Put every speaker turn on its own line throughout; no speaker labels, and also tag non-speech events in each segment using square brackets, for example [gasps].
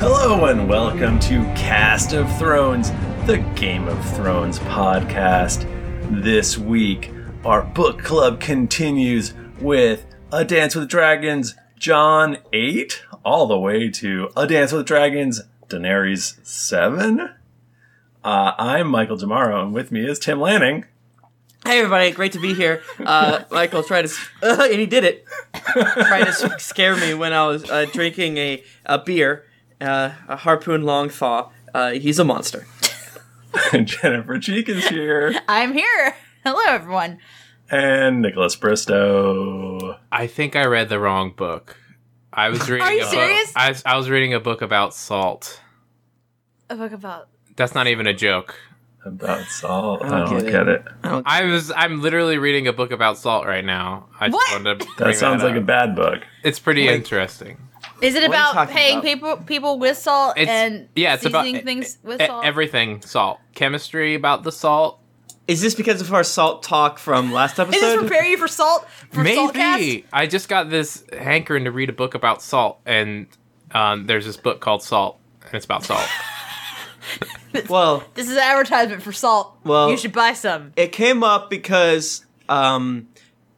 and welcome to Cast of Thrones, the Game of Thrones podcast. This week, our book club continues with A Dance with Dragons, John 8, all the way to A Dance with Dragons, Daenerys 7. Uh, I'm Michael Damaro, and with me is Tim Lanning. [laughs]
Hey everybody, great to be here. Uh, Michael tried to, s- uh, and he did it. tried to s- scare me when I was uh, drinking a, a beer, uh, a harpoon long thaw. Uh, he's a monster.
And Jennifer Cheek is here,
I'm here. [laughs] Hello, everyone.
and Nicholas Bristow.
I think I read the wrong book.
[laughs]
I was reading.
you
a
serious?
Book. I, was, I was reading a book about salt.
A book about
That's not even a joke.
About Saul. I
don't
don't
get
get it.
I was. I'm literally reading a book about salt right now. I just
What?
wanted to bring
That sounds like a
up.
bad book.
It's pretty
Like-
interesting.
is
What
it
are you
about
talking
paying
about?
people people with salt
It's
and
yeah. It's about
seasoning things
e-
with
e-
salt?
everything salt, chemistry about the salt.
Is this because of our salt talk from last
Does this
episode?
prepare you for salt? For Saltcast?
Maybe I just got this hankering to read a book about salt, and um, there's this book called Salt, and it's
[laughs]
about salt.
well,
This is an advertisement for salt.
Well-
you should buy some.
it came up because um,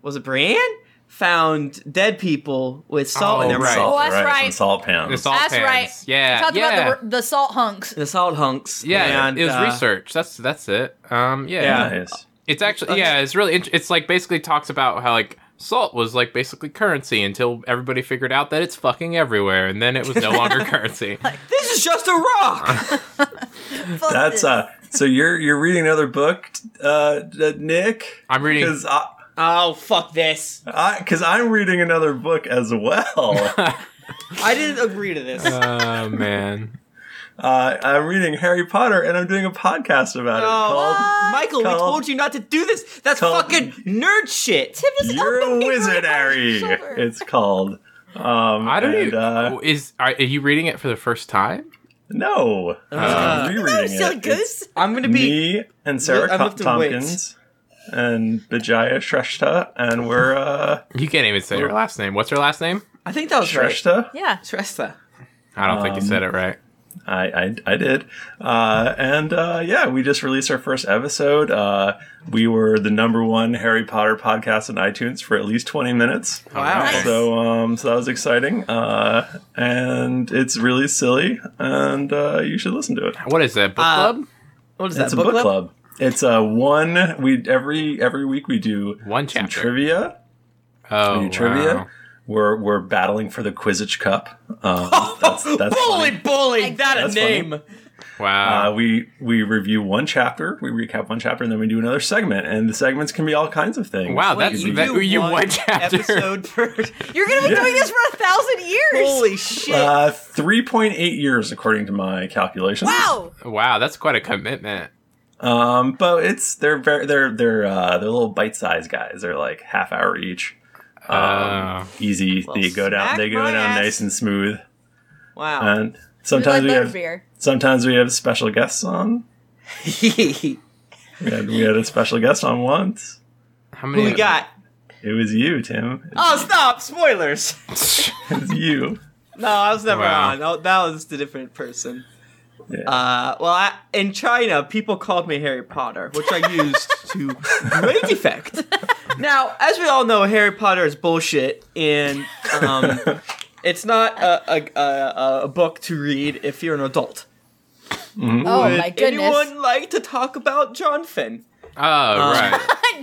was it Brienne found dead people with salt in
Oh,
their
right.
mouth?
Oh, that's
some
right.
salt pounds.
The salt
That's
pans.
right.
Yeah.
Talk
yeah.
about the, the salt
[laughs]
hunks.
The salt hunks.
Yeah,
and,
it was
uh,
research. That's that's it. Um, yeah,
Yeah.
Nice.
it's actually yeah, it's really int- it's like basically talks about how like salt was like basically currency until everybody figured out that it's fucking everywhere, and then it
[laughs]
was no longer currency.
This is just a rock. [laughs]
Fuck
That's
this.
uh. So you're you're reading another book, uh, uh, Nick?
I'm reading-
because I
oh fuck this!
because I'm reading another book as well.
[laughs]
I didn't agree to this.
Oh man,
uh, I'm reading Harry Potter, and I'm doing a podcast about it
Oh,
called
Michael,
Called-
we told you not to do this. That's
Called-
fucking nerd shit.
Tim is
"You're a
opening her
Wizard, Harry."
shoulder.
It's called. Um,
I don't e-
and,
even.
Uh,
is are, are you reading it for the first time? Uh,
no, I'm
Oh,
rereading
silly
it. It's
goose.
I'm gonna be.
me and Sarah
I
Co-
lifted weights.
Tompkins and Vijaya Shrestha, and we're uh,
You can't even say her last name. What's her last name?
I think that was right.
Shrestha.
Yeah.
Shrestha.
I don't think you
Um,
said it right.
I, I, I did. Uh, and uh, yeah, we just released our first episode. Uh, we were the number one Harry Potter podcast on iTunes for at least 20 minutes.
Wow.
Nice.
So, um, so that was exciting. Uh, and it's really silly, and uh, you should listen to it.
What is that book
Uh,
club?
What is
it's
that?
a book club. It's uh, one we every every week we do
One
some
chapter.
trivia.
Oh,
New trivia.
wow.
We're we're battling for the Quizzich Cup. Um, that's that's
bully,
fun.
bully. That a
That's
name.
Wow.
Uh, we we review one chapter, we recap one chapter, and then we do another segment. And the segments can be all kinds of things.
Wow,
It
that's-
could be-
that- you one chapter.
episode
[laughs]
per.
You're going to be
Yeah.
doing this for a thousand years.
Holy shit!
uh, three point eight years according to my calculations.
[laughs] wow.
wow, that's quite a commitment.
Um, but it's they're very they're they're uh, they're little bite sized guys. They're like half hour each. Um,
Oh.
easy. they go down.
smack
They go
my
down
ass.
nice and smooth.
wow.
And
We like
sometimes we
butterbeer.
have [laughs] sometimes we have special guests on.
[laughs] Who
We had, we had a special guest on once.
How many
we got?
It was you, Tim. It
Oh, stop! Spoilers. [laughs]
Oh.
was you.
No, I was never
Wow.
on. Oh, that was a different person.
Yeah.
Um,
[laughs]
Uh, well, I, in China, people called me Harry Potter, which I used to
[laughs]
great effect. Now, as we all know, Harry Potter is bullshit, and
[laughs]
um, it's not a, a, a, a book to read if you're an adult.
[laughs] Oh, my
Would
goodness.
Anyone like to talk about John Finn?
[laughs] Oh,
Um,
right.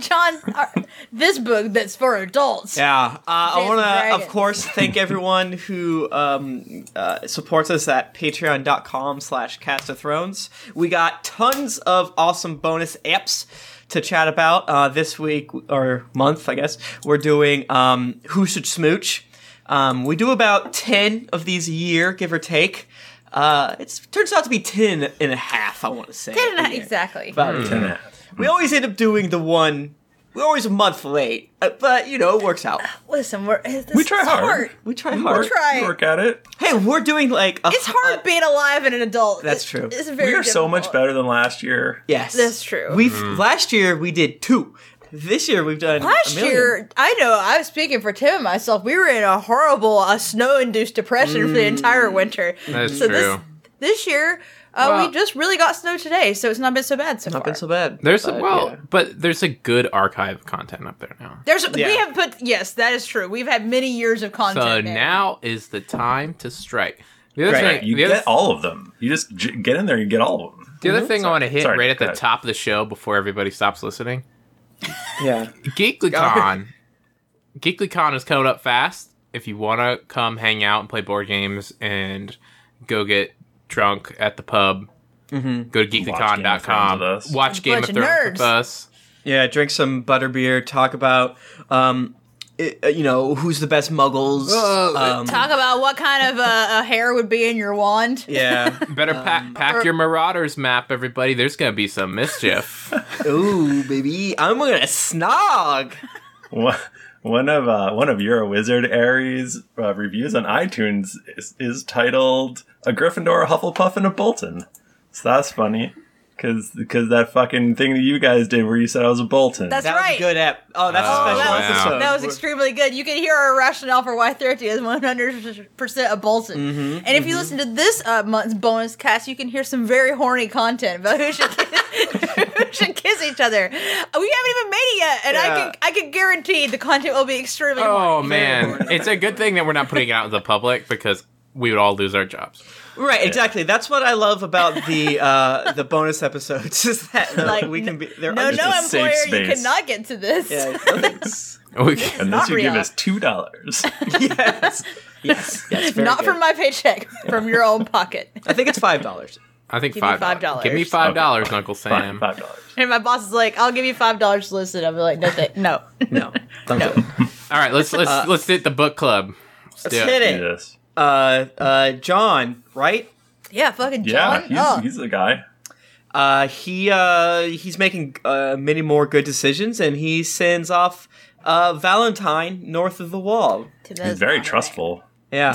[laughs] John, uh, this book that's for adults.
Yeah, uh, I
Raise
want
the
to,
dragon.
of course,
[laughs]
thank everyone who um, uh, supports us at patreon.com slash cast of thrones. We got tons of awesome bonus apps to chat about uh, this week or month, I guess. We're doing um, Who Should Smooch. Um, we do about 10 of these a year, give or take. Uh, it turns out to be 10 and a half, I want to say.
Ten and a half-
Yeah.
[laughs] Exactly.
About
Ten and a half.
We always end up doing the one, we're always a month late, uh, but, you know, it works out.
Listen, we're, eh, this
We try
is
hard.
We try
We
hard.
work-
try.
we work at it.
Hey, we're doing like a,
It's hard
a-
being alive and an adult.
That's
It-
true.
It's very
We are so much
difficult.
better than last year.
yes,
That's true.
We've
Mm.
last year we did two. This year we've done a
Last
million.
year, I know I was speaking for Tim and myself. We were in a horrible uh, snow-induced depression for the entire winter.
Mm. That's
so
true.
This, This year, uh,
Well-
we just really got snow today, so it's not been so bad so
Not
far.
been so bad.
There's a,
but,
well,
yeah.
but there's a good archive of content up there now.
There's
Yeah.
we have put yes, that is true. We've had many years of content.
So
there.
now is the time to strike. The other
Right.
thing,
You
the other
get all of them. You just j- get in there and get all of them. [laughs]
The other thing I want to hit
Sorry,
right at
go
the
ahead.
top of the show before everybody stops listening
yeah.
GeeklyCon. GeeklyCon is coming up fast. If you want to come hang out and play board games and go get drunk at the pub,
Mm-hmm.
go to
Thrones with
geeklycon.com.
us.
Watch Game of
Bunch
Thrones
of nerds.
with us.
Yeah, drink some butterbeer, talk about um i uh, you know, who's the best muggles.
Whoa,
um,
Talk about what kind of uh, a hair would be in your wand. [laughs]
yeah.
Better
Um,
pack, pack your Marauders map, everybody. There's going to be
[laughs]
some mischief.
Ooh, baby. I'm going to snog.
One- One of uh, one of your Wizard Aries uh, reviews on iTunes is, is titled "A Gryffindor, a Hufflepuff, and a Bolton." So that's funny, because that fucking thing that you guys did where you said I was a Bolton.
That's-
That was
right.
a good app. Oh, that's
Oh,
a special
that was-
episode.
That was extremely good. You can hear our rationale for why Thrifty is 100% a Bolton.
Mm-hmm,
and if you listen to this uh, month's bonus cast, you can hear some very horny content about who should kiss, [laughs] who should kiss each other. Uh, We haven't even made it yet, and I
Yeah.
can I can guarantee the content will be extremely
oh,
horny.
man. It's a good thing that we're not putting it out in the public because we would all lose our jobs. [laughs]
Right, exactly. That's what I love about the uh the bonus episodes [laughs] is that like,
Like,
we can be they're
No,
under-
no
a safe
employer, you
space.
cannot get to this.
[laughs] Yeah, nothing's-
We-
Unless
not
you give
real.
us two dollars.
[laughs] yes. Yes.
[laughs]
Yes. Very
Not
good.
from my paycheck, from your own pocket.
I think it's five dollars.
I think
Give me
$5.
$5.
Give me $5, Uncle Sam.
Five dollars.
And my boss is like, I'll give you five dollars to listen. I'll be like, no,
[laughs]
th- no.
No. Don't do it.
All right, let's let's
Uh,
let's hit the book club. Let's, do
Let's hit it.
Yes.
Uh uh John, right?
[laughs] Yeah, fucking
Yeah,
John.
he's,
oh.
he's the guy.
Uh, he uh, he's making uh, many more good decisions, and he sends off uh, Valentine north of the wall.
To
He's
those
very
nominated.
trustful. [laughs]
Yeah,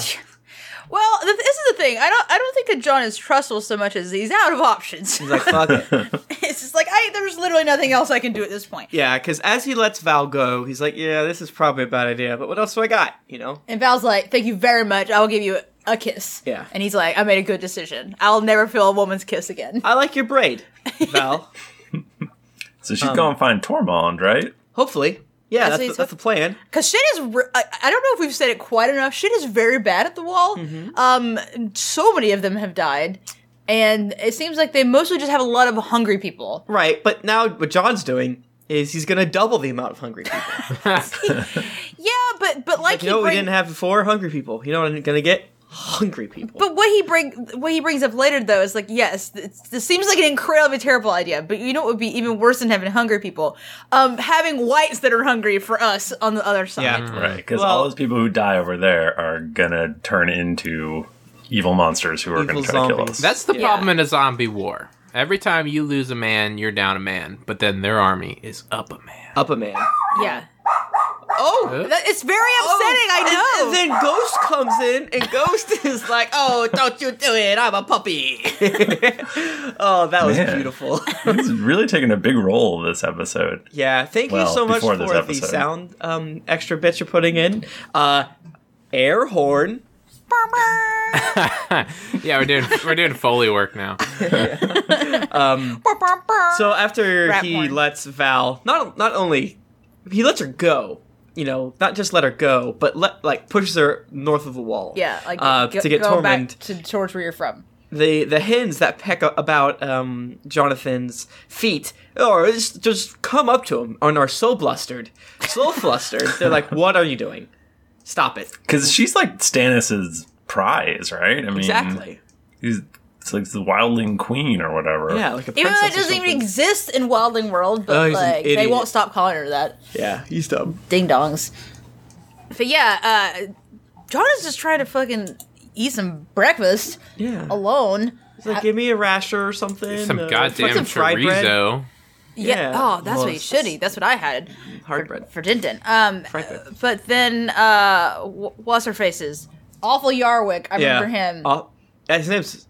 Well, th- this is the thing. I don't. I don't think that John is trustful so much as he's out of options.
he's like fuck it.
[laughs] it's just like I. There's literally nothing else I can do at this point.
Yeah, because as he lets Val go, he's like, yeah, this is probably a bad idea, but what else do I got? You know?
And Val's like, "Thank you very much. I will give you a kiss."
Yeah.
And he's like, "I made a good decision. I'll never feel a woman's kiss again."
I like your braid,
[laughs]
Val.
So she's going to find Tormund, right?
Hopefully, yeah,
That's what
that's,
he's
the, that's the plan.
Cause shit is. Re- I, I don't know if we've said it quite enough. Shit is very bad at the wall.
Mm-hmm.
Um, so many of them have died, and it seems like they mostly just have a lot of hungry people.
Right, but now what John's doing is he's gonna double the amount of hungry people.
Yeah, but but like,
you know
he
what we
bring-
didn't have before? Hungry people. You know what I'm gonna get? Hungry people.
But what he bring what he brings up later though is like yes, it's, this seems like an incredibly terrible idea. But you know what would be even worse than having hungry people, um, having whites that are hungry for us on the other side.
yeah.
Right. Because
Well-
all those people who die over there are going to turn into evil monsters who are going
Evil
to try to kill
zombies.
us.
That's the
Yeah.
problem in a zombie war. Every time you lose a man, you're down a man, but then their army is up a man.
Up a man.
Yeah. Oh, that, it's very upsetting. I
Oh,
know.
And, [laughs] and then Ghost comes in, and Ghost [laughs] is like, "Oh, don't you do it! I'm a puppy." [laughs] oh, that was
Man. [laughs]
beautiful.
He's really taking a big role this episode.
yeah, thank
Well,
you so much for
before this
the
episode.
sound um, extra bits you're putting in. Uh, air horn.
[laughs] yeah, we're doing we're doing foley
[laughs]
work now.
So after
Rat
he
horn.
lets Val, not not only he lets her go, you know, not just let her go, but let like pushes her north of the wall.
yeah, like
uh,
go-
to get
go back
Tormund
to towards where you're from.
the the hens that peck a- about um, Jonathan's feet or just, just come up to him and are so blustered,
[laughs]
so flustered. They're like, "What are you doing? Stop it!"
Mm-hmm.
Because she's like Stannis's prize, right? I mean,
Exactly.
He's it's like the wildling queen or whatever.
Yeah, like a
Even though
princess
it
or
doesn't even
something.
exist in Wildling World, but
Oh, he's an
like they
idiot.
won't stop calling her that.
Yeah, he's dumb.
ding dongs. But yeah, uh, John is just trying to fucking eat some breakfast
Yeah,
alone. Uh,
He's like, "Give me a rasher or something."
Some
uh,
goddamn
some fried bread,
chorizo.
Yeah.
Yeah. Oh, that's
Well,
what he should eat. That's what I had
hard bread.
for Dinton. Um,
Fried bread.
but then uh, wh- what's her faces? Awful Yarwick. I
Yeah,
remember him.
Aw- yeah, his name's.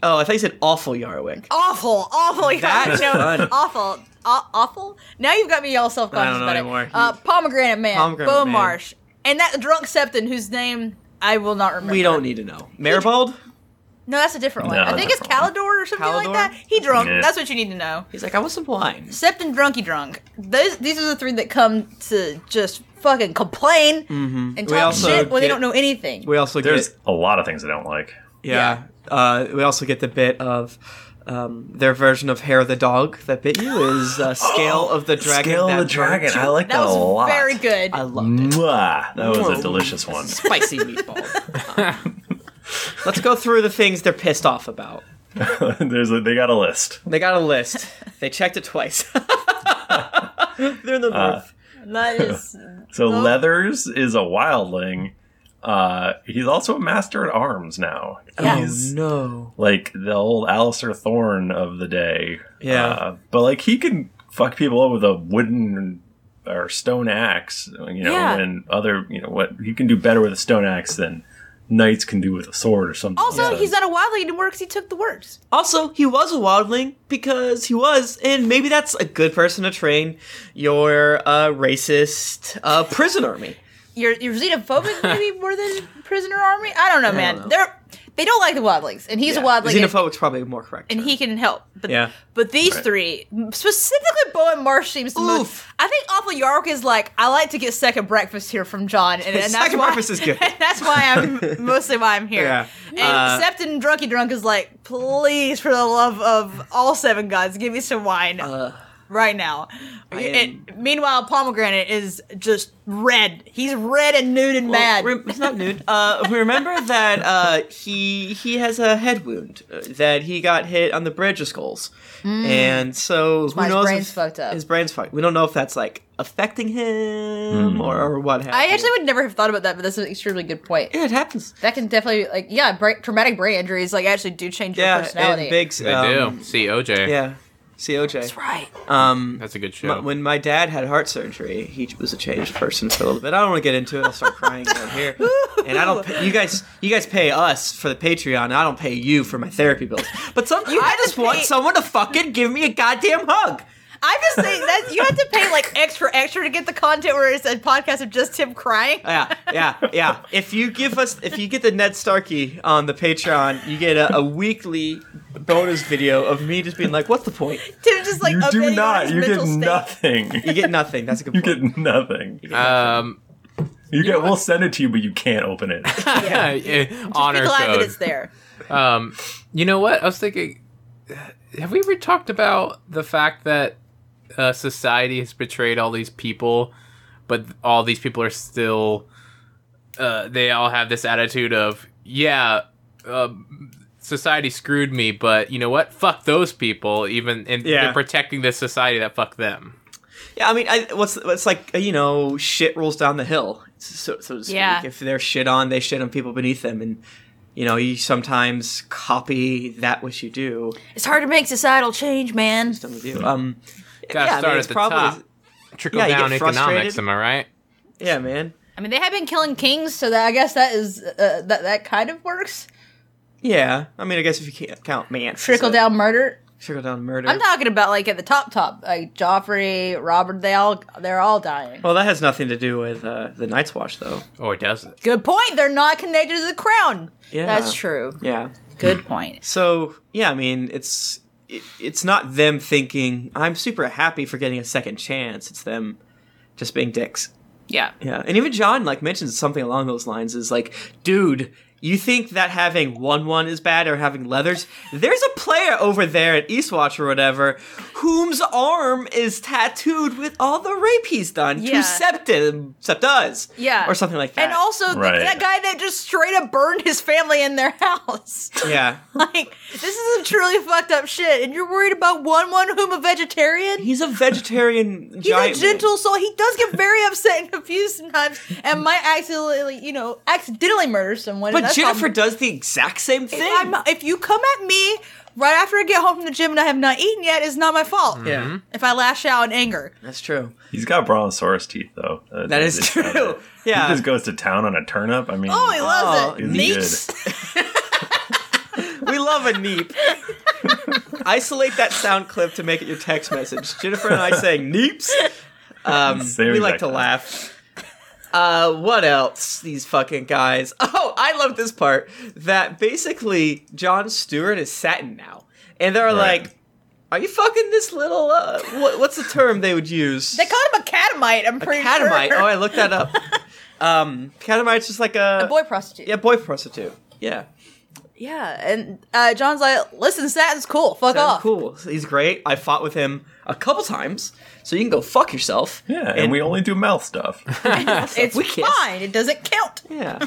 Oh, I thought you said awful Yarwick.
awful, awful Yarwick.
That's
no,
fun.
[laughs] awful. Aw awful. Now you've got me all self
I
conscious
don't know
about
anymore.
it. Uh, pomegranate man,
Pomegranate
Bone
Man.
Marsh, and that drunk Septon whose name I will not remember.
We don't need to know. Maribold.
No, that's a different one.
No,
I think it's
different one.
Calidor or something
Calidor?
like that. He drunk.
Yeah.
That's what you need to know.
He's like, I want some wine.
Sept and Drunky Drunk. Those these are the three that come to just fucking complain and
Mm-hmm. We
talk
also
shit when they
get-
don't know anything.
We also
There's
get
a lot of things I don't like.
yeah. Uh, we also get the bit of um, their version of hair of the dog that bit you is
[gasps]
uh, scale of the dragon.
Scale
that
of the dragon.
burnt you.
I like that,
that was
a lot.
very good.
I loved it.
Mwah. That was a delicious one. [laughs]
Spicy meatball. [laughs] Let's go through the things they're pissed off about.
There's a, they got a list.
They got a list. They checked it twice. [laughs] they're in the north.
that is
So
Oh.
Leathers is a wildling. Uh, he's also a master at arms now. He's
oh, no.
like the old Alistair Thorne of the day.
Yeah.
Uh, but like he can fuck people up with a wooden or stone axe, you know,
Yeah.
and other, you know, what he can do better with a stone axe than knights can do with a sword or something.
also
So-
he's uh, not a wildling anymore because he took the words.
Also, he was a wildling because he was, and maybe that's a good person to train your uh, racist uh, prison
[laughs]
army.
You're
[laughs]
you're xenophobic maybe more than prisoner army. I don't know, man.
know.
They're they don't like the wildlings, and he's a wildling. and-
Xenophobic's probably a more correct.
and
term.
he can help. But,
Yeah.
but these three, specifically Bo and Marsh, seems the most.
Oof.
I think Awful Yark is like, I like to get second breakfast here from
[laughs]
John, and, and that's
Second
why,
breakfast is good.
[laughs] And that's why
[laughs]
I'm mostly why I'm here.
Yeah.
And
Uh,
Septon Drunky Drunk is like, please, for the love of all seven gods, give me some wine. Right now.
Uh, am-
And meanwhile, Pomegranate is just red. He's red and nude and mad.
Well, re- he's not nude. Uh, we remember that uh, he he has a head wound uh, that he got hit on the bridge of skulls, and so who
Mm. why his
knows?
brain's
if-
fucked up.
His brain's fucked. We don't know if that's like affecting him
Mm.
or, or what. Have
I
you.
actually would never have thought about that, but that's an extremely good point.
yeah, it happens.
That can definitely like yeah, bra- traumatic brain injuries like actually do change your
Yeah,
personality.
and big.
They
Um,
do. See OJ.
Yeah, see OJ.
That's right.
Um,
That's a good show.
my- when my dad had heart surgery, he was a changed person for a little bit. I don't want to get into it. I'll start crying right here. And I don't. Pay, you guys, you guys pay us for the Patreon. I don't pay you for my therapy bills. But some, I
have to
just want
pay-
someone to fucking give me a goddamn hug.
I just think that you have to pay like extra extra to get the content where it's a podcast of just him crying.
Yeah, yeah, yeah. If you give us, if you get the Ned Starkey on the Patreon, you get a, a weekly bonus video of me just being like, "What's the point?
Tim just like
you
updating
do
on
not.
his
You get
mental state.
nothing.
[laughs] You get nothing." That's a
[laughs]
good
You
point.
get nothing.
Um,
You get. We'll send it to you, but you can't open
[laughs]
it.
[laughs] honor
Be glad
code.
that it's there.
Um, you know what? I was thinking, have we ever talked about the fact that uh, society has betrayed all these people, but all these people are still, uh, they all have this attitude of, yeah, um society screwed me, but you know what? Fuck those people, even, and
Yeah.
they're protecting this society that fucked them.
Yeah, I mean, I, what's what's like uh, you know, shit rolls down the hill, so, so to speak.
Yeah.
If they're shit on, they shit on people beneath them, and you know, you sometimes copy that which you do.
It's hard to make societal change, man.
Some of you, um,
Hmm. Gotta
yeah, I mean,
start
it's
at the
probably-
top. Trickle
Yeah, you
down
get
economics,
frustrated.
am I right?
yeah, man,
I mean, they have been killing kings, so that I guess that is uh, that that kind of works.
yeah. I mean, I guess if you can't count man,
Trickle down murder.
trickle down murder.
I'm talking about like at the top top, like Joffrey, Robert. They all they're all dying.
well, that has nothing to do with uh, the Night's Watch, though.
Or does it?
Good point. They're not connected to the crown.
Yeah.
That's true.
Yeah.
Good point.
So yeah, I mean, it's it, it's not them thinking I'm super happy for getting a second chance. It's them just being dicks.
Yeah.
Yeah, and even John like mentions something along those lines. Is like, dude, you think that having one one is bad or having leathers? There's a player over there at Eastwatch or whatever, whom's arm is tattooed with all the rape he's done
Yeah.
to Septim Septas,
Yeah.
or something like that.
And also the-
Right.
that guy that just straight up burned his family in their [laughs] house.
yeah,
like this is some truly fucked up shit. And you're worried about one one whom a vegetarian.
he's a vegetarian.
[laughs] He's
giant
a
man.
gentle soul. He does get very [laughs] upset and confused sometimes, and might accidentally, you know, accidentally murder someone. and
But
that's
Jennifer
how-
does the exact same thing.
if, I'm- if you come at me right after I get home from the gym and I have not eaten yet, it's not my fault.
yeah,
If I lash out in anger,
that's true.
He's got brontosaurus teeth, though. Uh,
That is
it's-
true. Yeah.
He just goes to town on a turnip. I mean,
oh, he loves
Oh,
it.
he's
Meats.
[laughs] We love a neep. Isolate that sound clip to make it your text message. Jennifer and I saying neeps. Um,
Same
we like
exact
to
thing.
laugh. Uh, what else? These fucking guys. Oh, I love this part that basically John Stewart is satin now, and they're
Right.
like, "Are you fucking this little? Uh, what, what's the term they would use?
They called him a catamite. I'm pretty
catamite.
sure. [laughs]
Oh, I looked that up. um, catamite's just like a,
a boy prostitute.
yeah, boy prostitute. Yeah,
Yeah, and uh, John's like, listen, satin's cool. Fuck
Sounds
off.
cool. He's great. I fought with him a couple times, so you can go fuck yourself.
Yeah, and,
[laughs]
we only do mouth stuff.
It's
We kiss.
fine. It doesn't count. [laughs]
yeah.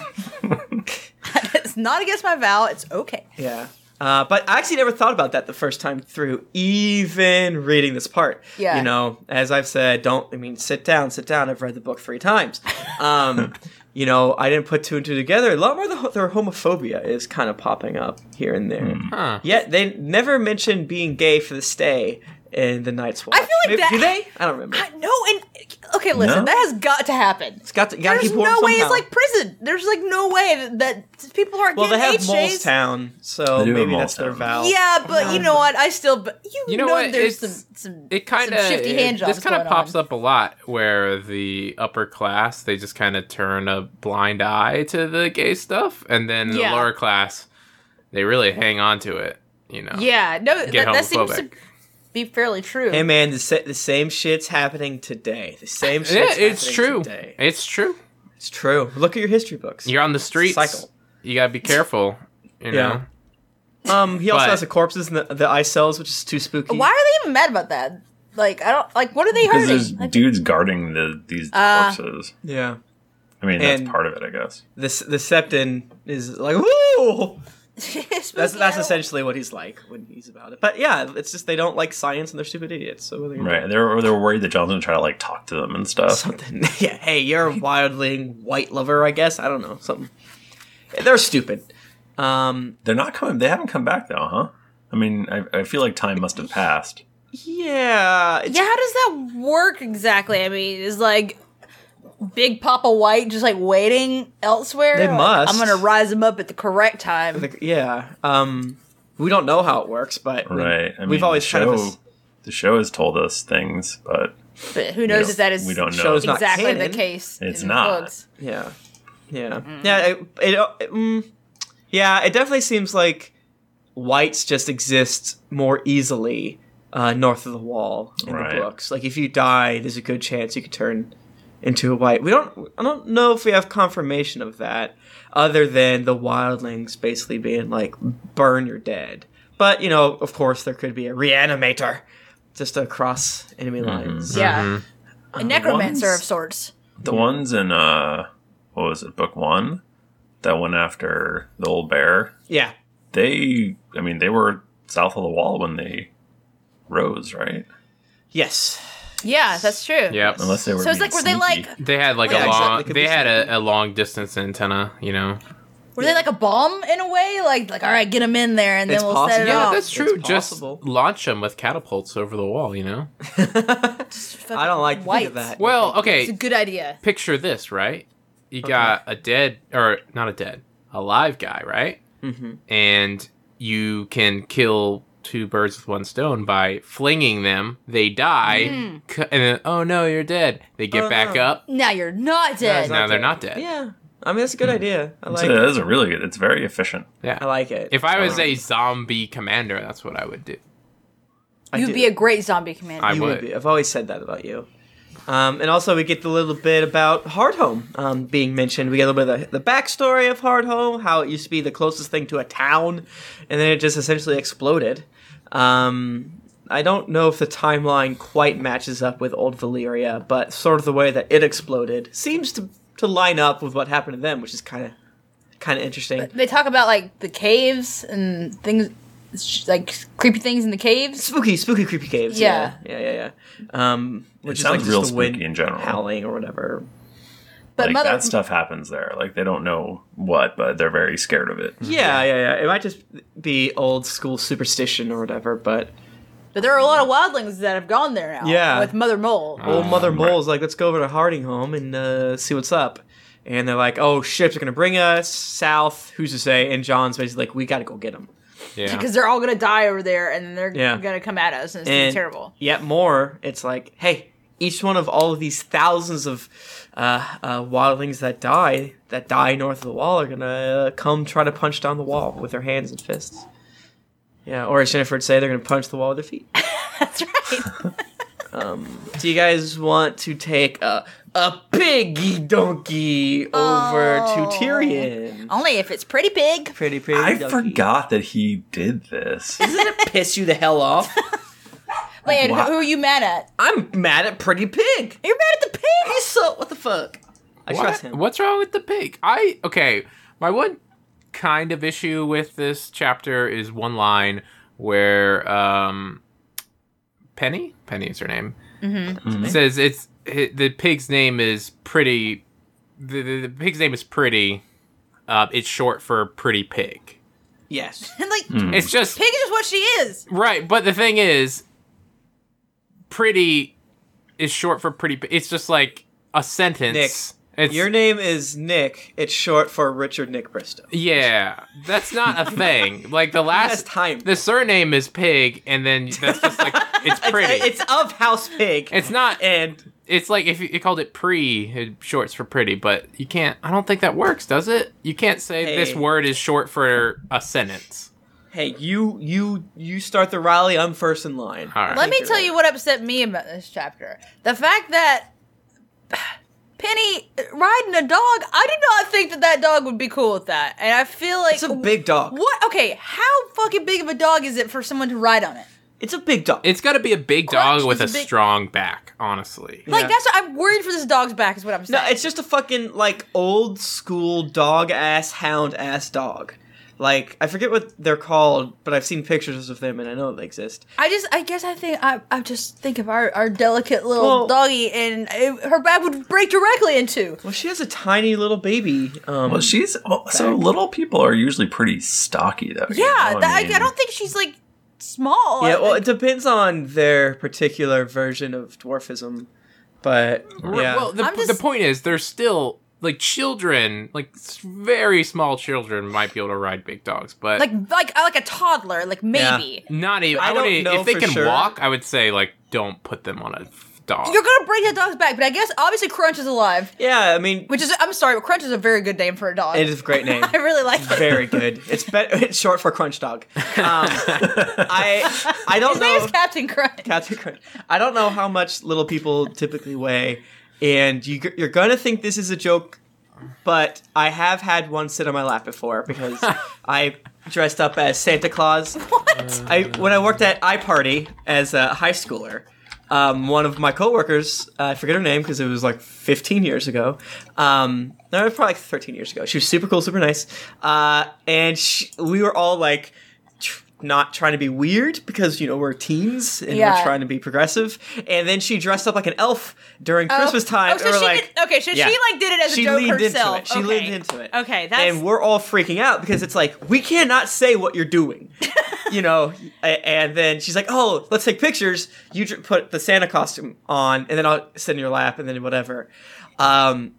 it's not against my vow. It's okay.
Yeah. Uh, but I actually never thought about that the first time through, even reading this part.
Yeah.
You know, as I've said, don't, I mean, sit down, sit down. I've read the book three
[laughs]
times. Um, you know, I didn't put two and two together. A lot more of the, ho- their homophobia is kind of popping up here and there.
Hmm.
Huh.
Yet they never mentioned being gay for the stay in the Night's Watch.
feel like
Maybe-
that-
Do they? I don't remember.
I, no, and okay, listen,
No?
that has got to happen.
it's got to, you gotta
There's
keep warm
no way
somehow.
it's like prison. There's like no way that, that people aren't
well, they
getting
have
HJs.
Molestown, so
They do have
maybe that's their
Molestown.
vow.
Yeah, but you know what? I still, but you,
You know
know,
what?
there's
It's-
some some,
It kind of
some shifty hand jobs.
this kind of pops up a lot where the upper class they just kind of turn a blind eye to the gay stuff, and then
Yeah.
the lower class they really hang on to it. You know,
Yeah, no, that,
get
that seems
homophobic.
to be fairly true.
Hey man, the, sa- the same shit's happening today. The same shit's
yeah, it's
happening
true.
Today.
It's true.
It's true. Look at your history books.
You're on the streets.
Cycle.
You gotta be careful.
Yeah.
You know.
Um, he also
But-
has the corpses and the, the eye cells, which is too spooky.
Why are they even mad about that? Like, I don't like. What are they
Because there's
hurting? Like, [laughs]
dudes guarding the these
Uh,
corpses.
Yeah.
I mean, that's
and-
part of it, I guess.
The s- the septon is like woo. That's
spooky
that's
animal.
essentially what he's like when he's about it. But yeah, it's just they don't like science and they're stupid idiots. So what are they gonna
Right? They're or they're worried that John's gonna try to like talk to them and
do?
stuff.
[laughs] something. yeah. Hey, you're a wildling white lover, I guess. I don't know something. They're stupid. Um.
They're not coming. They haven't come back though, huh? I mean, I, I feel like time must have passed.
Yeah. it's
Yeah, how does that work exactly? I mean, is like Big Papa White just like waiting elsewhere?
They
Like,
must.
I'm gonna rise him up at the correct time.
Like, yeah. Um, we don't know how it works, but we-
Right. I mean,
we've always
the
kind
show,
of ass-
the show has told us things, but
but who
we
knows
don't-
if that is
we don't know.
show's not
exactly the
canon.
case?
It's
in
not.
The books.
yeah, yeah, yeah. It, it, it, mm, yeah, it definitely seems like whites just exist more easily uh, north of the wall in
Right.
the books. Like, if you die, there's a good chance you could turn into a white. We don't. I don't know if we have confirmation of that, other than the wildlings basically being like, "Burn, you're dead." But you know, of course, there could be a reanimator. Just across enemy lines.
Yeah, a necromancer
Once-
of sorts.
the ones in uh, what was it, book one, that went after the old bear.
Yeah.
They, I mean, they were south of the wall when they rose, right?
Yes. [laughs]
Yeah, that's true.
Yep.
Unless they were.
So it's
being
like were they like
sneaky.
They had like
Oh, Yeah,
a
exactly.
long.
It could
They
be
had a, a long distance antenna. You know.
were they like a bomb in a way? Like like all right, get him in there and then
It's
we'll
possible.
set it
Yeah,
Yeah,
off.
that's true.
It's
Just
possible.
launch them with catapults over the wall. You know.
I don't like to think
white.
of that.
Well,
It's a
okay.
good idea.
Picture this, right? You got a dead or not a dead, a live guy, right?
Mhm.
And you can kill two birds with one stone by flinging them. They die, c- and then oh no, you're dead. They get
Oh,
back
no.
up.
Now you're not dead.
it's
Now they're
dead.
not dead.
Yeah, I mean Hmm. that's a good idea. I like.
So that
It.
is a really good. It's very efficient.
I like it. Um,
If I was a zombie commander, that's what I would do.
I
You'd
do.
be a great zombie commander.
I
you would
would.
be. I've always said that about you. Um, and also, we get the little bit about Hardhome um, being mentioned. We get a little bit of the, the backstory of Hardhome, how it used to be the closest thing to a town, and then it just essentially exploded. Um, I don't know if the timeline quite matches up with Old Valyria, but sort of the way that it exploded seems to, to line up with what happened to them, which is kind of kind of interesting.
They talk about like the caves and things, sh- like creepy things in the caves.
spooky, spooky, creepy caves.
Yeah.
yeah, yeah, yeah. yeah. Um, which is
sounds
like just
real
the wind
spooky in general.
howling or whatever.
But
like
mother,
that stuff happens there. Like they don't know what, but they're very scared of it.
Yeah, yeah, yeah. It might just be old school superstition or whatever, but
but there are a lot of wildlings that have gone there now.
Yeah.
with Mother Mole.
old Mother
right.
Mole's like, let's go over to Harding Home and uh, see what's up. And they're like, oh, ships are gonna bring us south. Who's to say? And John's basically like, we gotta go get them.
Yeah.
Because they're all gonna die over there, and then they're
Yeah.
gonna come at us, and it's gonna
And
be terrible. [laughs]
Yet more, it's like, hey, each one of all of these thousands of uh, uh, wildlings that die that die north of the wall are gonna uh, come try to punch down the wall with their hands and fists. Yeah, or as Jennifer would say, they're gonna punch the wall with their feet.
That's right.
Do you guys want to take a a piggy donkey over
Oh.
to Tyrion?
Only if it's pretty big.
Pretty pretty.
I
donkey.
forgot that he did this.
Doesn't it piss you the hell off?
Wait, who,
Wow.
who are you mad at?
I'm mad at Pretty Pig.
You're mad at the pig.
He's so what the fuck? I
What?
trust him.
What's wrong with the pig? I okay. My one kind of issue with this chapter is one line where um, Penny, Penny is her name,
Mm-hmm.
says it's hi- the pig's name is pretty. The, the, the pig's name is pretty. Uh, it's short for pretty pig.
Yes.
And like,
It's just
pig is just what she is.
right, but the thing is, pretty is short for pretty. pi- It's just like a sentence. it's,
Your name is Nick. It's short for Richard Nick Bristow.
Yeah, that's not a thing.
[laughs]
Like the last
Last time.
the surname is Pig, and then that's just like it's pretty. It's,
It's Eh. of House Pig.
not.
and
It's like if you, you called it pre, it shorts for pretty, but you can't. I don't think that works, does it? You can't say this
Hey.
word is short for a sentence.
hey, you you you start the rally. I'm first in line.
All right.
Let me
you're
tell
right.
you what upset me about this chapter: the fact that [sighs] Penny riding a dog. I did not think that that dog would be cool with that, and I feel like
It's a big dog.
What? Okay, how fucking big of a dog is it for someone to ride on it?
It's a big dog.
It's got to be a big dog
Crunch
with a
is a big-
strong back, honestly.
Like
Yeah.
that's what I'm worried for this dog's back is what I'm saying.
no, it's just a fucking like old school dog ass hound ass dog. Like I forget what they're called, but I've seen pictures of them and I know they exist.
I just I guess I think I I just think of our our delicate little
Well-
doggy and it, her back would break directly in two.
Well, she has a tiny little baby. Um,
Well, she's well, so little people are usually pretty stocky though. you
Yeah,
know?
that, I, I
mean,
don't think she's like small.
Yeah,
I-
well, it depends on their particular version of dwarfism, but
R-
yeah,
Well, the,
I'm
the
just-
point is, there's still like children, like s- very small children, might be able to ride big dogs, but
like like like a toddler, like maybe.
Not even.
I
I,
don't
would
know
If they
for
can
sure.
walk, I would say like don't put them on a f- dog.
You're gonna break that dog's back, but I guess obviously Crunch is alive,
yeah. I mean,
which is I'm sorry, but Crunch is a very good name for a dog.
it is a great
[laughs]
name.
I really like it.
Very good. It's better. It's short for Crunch Dog. Um,
[laughs]
I
[laughs]
I don't
His
know.
name is Captain Crunch.
Captain Crunch. I don't know how much little people typically weigh, and you, you're gonna think this is a joke, but I have had one sit on my lap before
[laughs]
because I dressed up as Santa Claus.
What?
I when I worked at iParty as a high schooler, um, one of my coworkers, uh, I forget her name because it was like 15 years ago. Um, no, it was probably like 13 years ago. She was super cool, super nice, uh, and she, we were all like. Tr- not trying to be weird because you know we're teens and
Yeah.
we're trying to be progressive. And then she dressed up like an elf during Christmas time.
Oh, so
and we're
she
like,
did, okay, so
yeah.
she like did it as a joke
leaned
herself.
Into it. She
okay.
leaned into it.
Okay, that's
and we're all freaking out because it's like we cannot say what you're
[laughs]
doing, you know. A- And then she's like, "Oh, let's take pictures. You dr- put the Santa costume on, and then I'll sit in your lap, and then whatever." Um,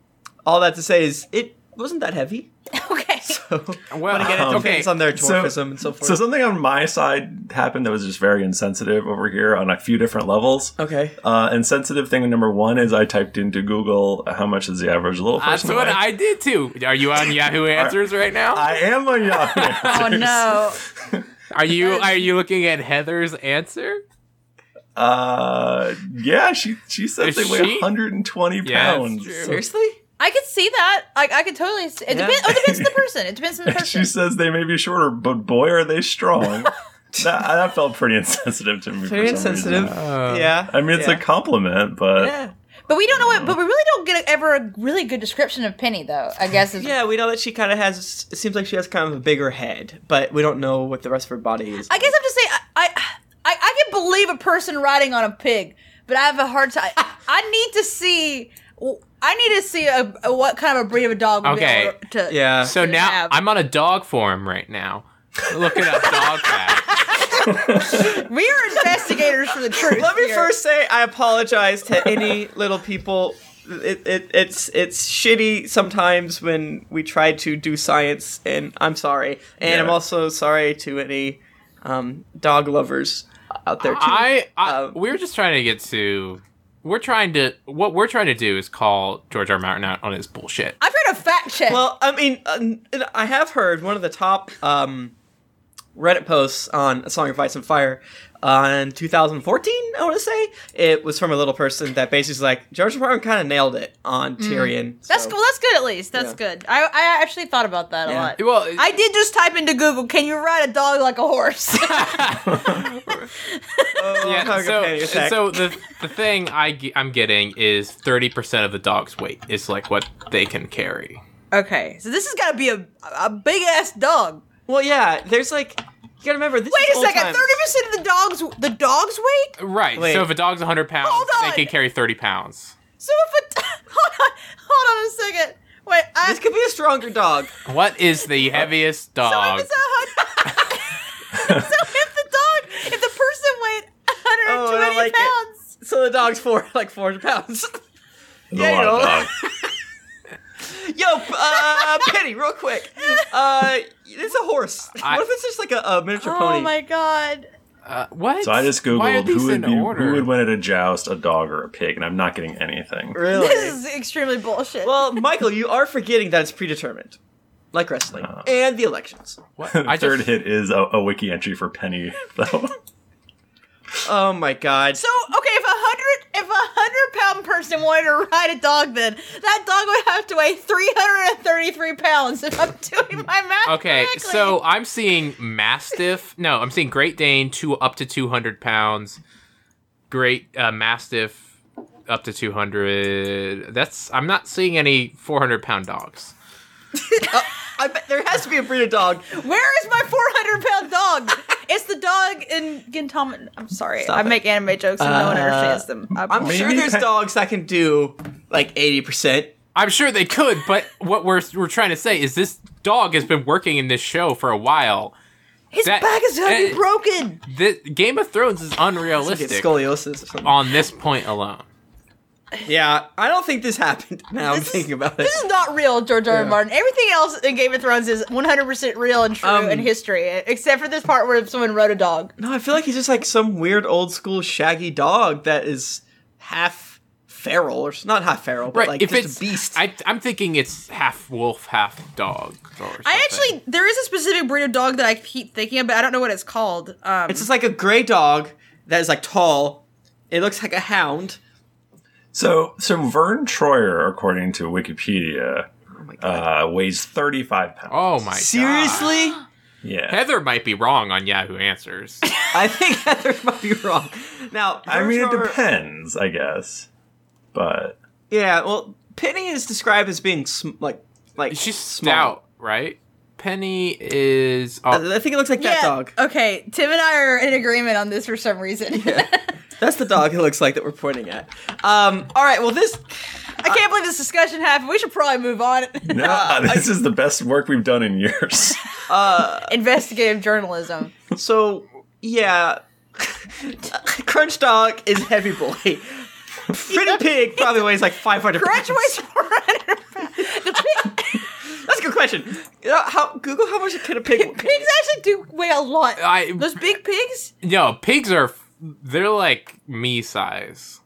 all that to say is, it wasn't that heavy. [laughs]
[laughs] okay.
well, [laughs]
Again, it
Um,
depends on their
so-
dwarfism and so forth.
So something on my side happened that was just very insensitive over here on a few different levels.
okay.
Uh, insensitive thing number one is I typed into Google uh, how much is the average little
that's
person.
what
weigh.
I did too. Are you on
[laughs]
Yahoo Answers right now?
I am a young.
Oh no.
[laughs]
are you Are you looking at Heather's answer?
Uh, yeah, she she said
Is
they weigh
she-
120
Yeah,
pounds. [laughs]
that's true.
Seriously?
I could see that. Like I could totally see it
Yeah.
depends oh, it depends on the person. It depends
[laughs]
on the person.
She says they may be shorter, but boy, are they
[laughs]
strong. that, that felt pretty insensitive to me.
Very
for some reason.
insensitive.
Uh,
yeah.
I mean, it's
yeah.
a compliment, but
yeah.
But we don't know it. But we really don't get a, ever a really good description of Penny, though. I guess is.
Yeah, we know that she kind of has. It seems like she has kind of a bigger head, but we don't know what the rest of her body is.
I guess I'm just saying. I, I I I can believe a person riding on a pig, but I have a hard time. I need to see. I need to see a, a- what kind of a breed of a dog. Would
Okay.
Be able to,
yeah.
So now
have.
I'm on a dog forum right now, looking up
[laughs]
dog facts.
We are investigators for the truth.
[laughs] Let me
here.
first say I apologize to any little people. It, it, it's it's shitty sometimes when we try to do science, and I'm sorry. And I'm
Yeah.
also sorry to any um, dog lovers out there too.
I, I
Um,
we were just trying to get to we're trying to what we're trying to do is call George R. R. Martin out on his bullshit.
I'm trying to fact check.
Well, I mean, um, and I have heard one of the top um, Reddit posts on A Song of Ice and Fire uh, on 2014. I want to say it was from a little person that basically was like George Martin kind of nailed it on Tyrion.
Mm. that's
so-
cool. That's good. At least that's
Yeah.
good. I, I actually thought about that
Yeah.
a lot.
Well,
I did just type into Google, "Can you ride a dog like
[laughs]
a horse?"
[laughs]
Oh, I'm
yeah,
having a panic
so,
attack.
so the the thing I ge- I'm getting is 30% of the dog's weight is like what they can carry.
okay, so this has got to be a a big ass dog.
well, yeah, there's like you gotta remember this.
Wait
is
a
old
second,
times.
thirty percent of the dog's the dog's weight.
Right.
Wait.
So if a dog's 100 pounds,
Hold
they
on.
can carry 30 pounds.
So if a [laughs] hold on, hold on a second. Wait, I
This could be a stronger dog.
What is the heaviest
so
dog?
if it's a hundred. [laughs] so if the dog, if the person weighed one
Oh,
hundred
I
and
don't
twenty
like it.
pounds,
So the dog's four [laughs] like 400 pounds.
There's
Yeah,
a
you
lot of
know.
dog.
Yo, [laughs] uh, Penny, real quick. Uh, it's a horse.
I-
what if it's just like a, a miniature
oh
pony?
my god.
Uh, what?
So I
[laughs]
just
Why are
googled
these
who would,
in
be,
order?
who would win at a joust, a dog or a pig, and I'm not getting anything.
Really?
This is extremely bullshit.
well, Michael, you are forgetting that it's predetermined, like wrestling and the elections.
[laughs] [laughs]
What?
The
I
third
just,
hit is a, a wiki entry for Penny, [laughs] though.
Oh my God!
so okay, if a hundred if a hundred pound person wanted to ride a dog, then that dog would have to weigh three hundred and thirty three pounds. If I'm doing my math
Okay,
correctly.
so I'm seeing Mastiff. No, I'm seeing Great Dane two up to 200 pounds. Great uh, Mastiff up to 200. That's I'm not seeing any 400 pound dogs.
I bet there has to be a breed of dog.
Where is my 400 pound dog? it's the dog in Gintama. I'm sorry.
Stop
I
it.
make anime jokes and no one
Uh,
understands them. I
I'm
apologize.
sure
Maybe
there's
pe-
dogs that can do like 80 percent.
I'm sure they could, but what we're we're trying to say is this dog has been working in this show for a while.
His
that-
back is gonna be
uh,
broken.
The Game of Thrones is
Get
unrealistic
scoliosis or something.
on this point alone.
Yeah, I don't think this happened. Now I'm
This is-
thinking about it.
This is not real, George R. R.
Yeah.
Martin. Everything else in Game of Thrones is 100% real and true
Um,
in history, except for this part where someone rode a dog.
No, I feel like he's just like some weird old school shaggy dog that is half feral or s- not half feral, but
Right,
like
if
just
it's
a beast.
I, I'm thinking it's half wolf, half dog. Or
I
something.
actually, there is a specific breed of dog that I keep thinking of, but I don't know what it's called. Um,
it's just like a gray dog that is like tall. It looks like a hound.
so, so Vern Troyer, according to Wikipedia,
Oh
uh, weighs 35 pounds.
Oh my! God.
Seriously,
yeah.
Heather might be wrong on
[laughs]
Yahoo Answers.
I think Heather might be wrong. Now,
I mean, it
Rotor-
depends, I guess. But
Yeah, well, Penny is described as being sm- like like
She's
small.
stout, right? Penny is. Oh,
I I think it looks like that dog.
Okay, Tim and I are in agreement on this for some reason. [laughs]
That's the dog it looks like that we're pointing at. Um, all right, well this
I can't believe this discussion happened. We should probably move
[laughs]
on.
no, [laughs] this is the best work we've done in years. [laughs]
Investigative journalism.
So yeah, [laughs] Crunch Dog is a heavy
[laughs]
boy. Pretty Pig probably weighs like 500
Crunch
pounds.
[laughs]
weighs 400 pounds. The pig,
[laughs] That's a good question. You know, how Google how much can a pig weigh?
pigs actually do weigh a lot.
I
Those big pigs?
no. Pigs are. They're like me size.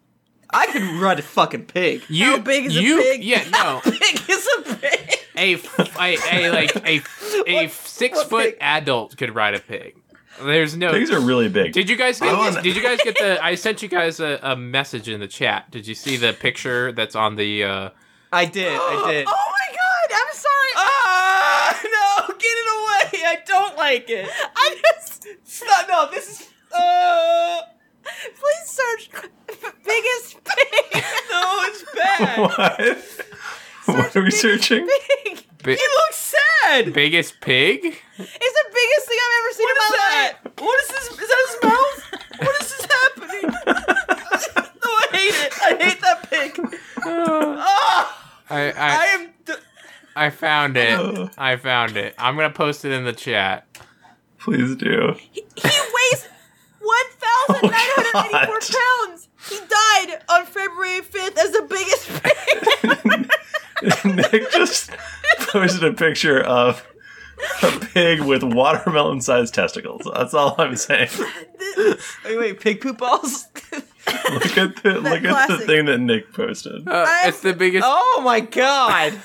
I could ride a fucking pig.
You
big is a
you,
pig?
Yeah,
[laughs]
[laughs]
no.
Pig is a
[laughs]
pig.
A, f- a, a like a a
What-
six
what
foot
pig?
adult could ride a pig. There's no.
Pigs are really big.
Did you guys get
I
this?
wanna-
Did you guys get the? I sent you guys a, a message in the chat. Did you see the picture that's on the? uh
I did.
[gasps]
I did.
Oh my god, I'm sorry.
[laughs]
Uh.
Ah, no, get it away. I don't like it.
[laughs] I just.
Stop. No, this is. Uh,
Please search biggest pig.
no,
[laughs]
it's bad.
[laughs] what? what are we
Biggest [laughs]
searching?
Pig.
bi-
It looks sad.
biggest pig?
It's the biggest thing I've ever seen in
What
my
is that?
life.
What is this? Is that his mouth? What is this happening? [laughs] no, I hate it. I hate that [sighs] pig. Ah,
I
I
I,
am. D-
I
[laughs]
found it. I found it. I'm gonna post it in the chat.
[laughs] Please do. [laughs]
He
[laughs] Oh
weighs 1,984
Oh,
pounds. He died on February 5th as the biggest [laughs] pig.
Nick just posted a picture of a pig with watermelon sized testicles. That's all I'm saying.
wait, wait, pig poop balls? [laughs]
Look at the look at the
classic.
thing that Nick posted.
Uh,
I-
it's the biggest.
Oh my god.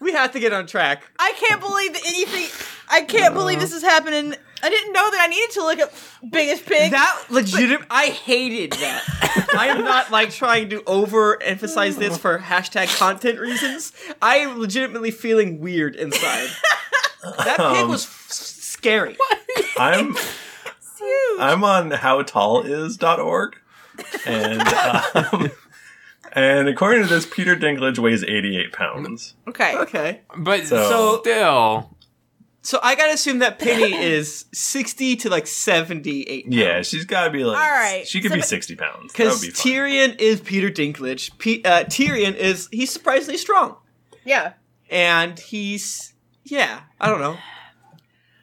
we have to get on track.
I can't believe that anything. I can't believe this is happening. I didn't know that I needed to look up biggest pig.
That legitimate. I hated that. [laughs] I am not like trying to overemphasize this for hashtag content reasons. I am legitimately feeling weird inside. That pig
Um.
was f- scary.
I'm I'm on howtallis.org, and [laughs] um, and according to this, Peter Dinklage weighs 88 pounds.
okay.
[laughs] Okay.
But
So-
still,
So I gotta assume that Penny is sixty to like seventy-eight.
Yeah, she's got to be like.
All right,
she could
so
be
but-
60 pounds. That would
Because
be fine.
Tyrion is Peter Dinklage. P- uh, Tyrion is he's surprisingly strong,
Yeah.
and he's yeah. I don't know.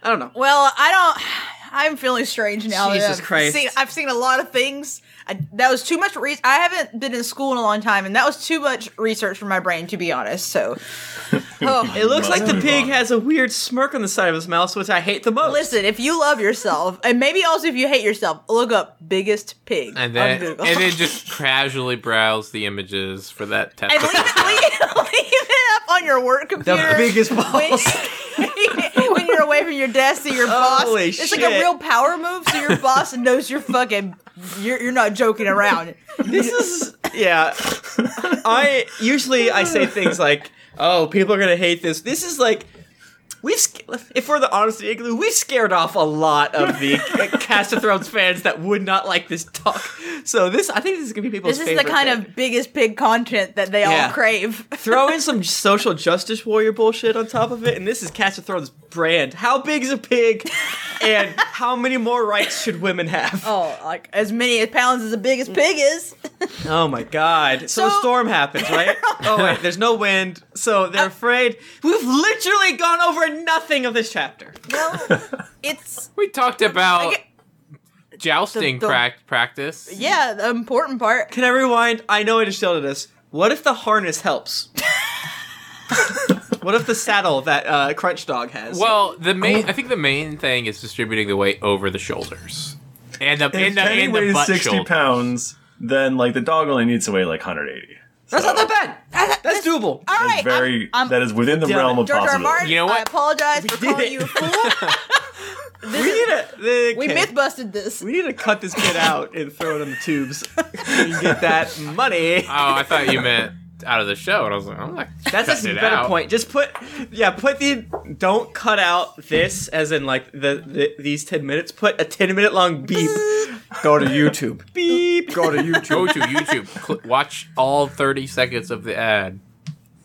I don't know.
Well, I don't. I'm feeling strange now. that
Jesus
I've
Christ.
Seen, I've seen a lot of things. I, that was too much. Re- I haven't been in school in a long time, and that was too much research for my brain, to be honest.
[laughs]
So, oh,
It looks
Must
like the
move
pig
on.
has a weird smirk on the side of his mouth, which I hate the [laughs] most.
listen, if you love yourself, and maybe also if you hate yourself, look up biggest pig
and then
on
and
Google.
then just casually browse the images for that test.
and leave, leave, leave it up on your work
the
computer.
biggest balls.
[laughs] when, when you're away from your desk to your boss,
Holy
it's like a
shit.
real power move. So your boss knows you're fucking. You're, you're not joking around.
[laughs] this is yeah.
[laughs]
I usually I say things like, "Oh, people are gonna hate this." This is like. We've, sc- if we're the honest igloo, we've scared off a lot of
[laughs]
the Cast of Thrones fans that would not like this talk. So this, I think this is gonna be people's.
This is the kind of biggest pig content that they
Yeah.
all crave.
throw in some social justice warrior bullshit on top of it, and this is Cast of Thrones brand. How big is a pig, and how many more rights should women have?
[laughs] Oh, like as many pounds as the biggest pig is.
Oh my god. So, the
So-
storm happens, right? oh wait, there's no wind, so they're afraid. We've literally gone over nothing of this chapter.
Well, it's
we talked about
Okay.
jousting
The- the-
prac- practice.
yeah, the important part.
Can I rewind? I know I just yelled at us. What if the harness helps? what if the saddle that uh, Crunch Dog has?
Well, the main I think the main thing is distributing the weight over the shoulders. And the
If
and the,
Penny
and the
weighs
butt
60
shoulder.
pounds, then like the dog only needs to weigh like 180.
that's not that bad.
That's,
That's doable.
all right.
very
I'm, I'm
that is within the
Damn
realm
it.
of
George R. R.
possibility.
Martin.
You know
I
what?
apologize for
did
calling
it.
you a fool.
We need a okay.
We myth busted this.
We need to cut this kid out and throw it on the tubes and get that money.
Oh, I thought you meant out of the show, and I was like, I'm not.
That's a
cutting it
better
out.
point. Just put, yeah, put the don't cut out this as in like the, the these ten minutes. Put a ten minute long beep. Go to YouTube. Beep. Go to YouTube.
Go to YouTube, cl- watch all 30 seconds of the ad.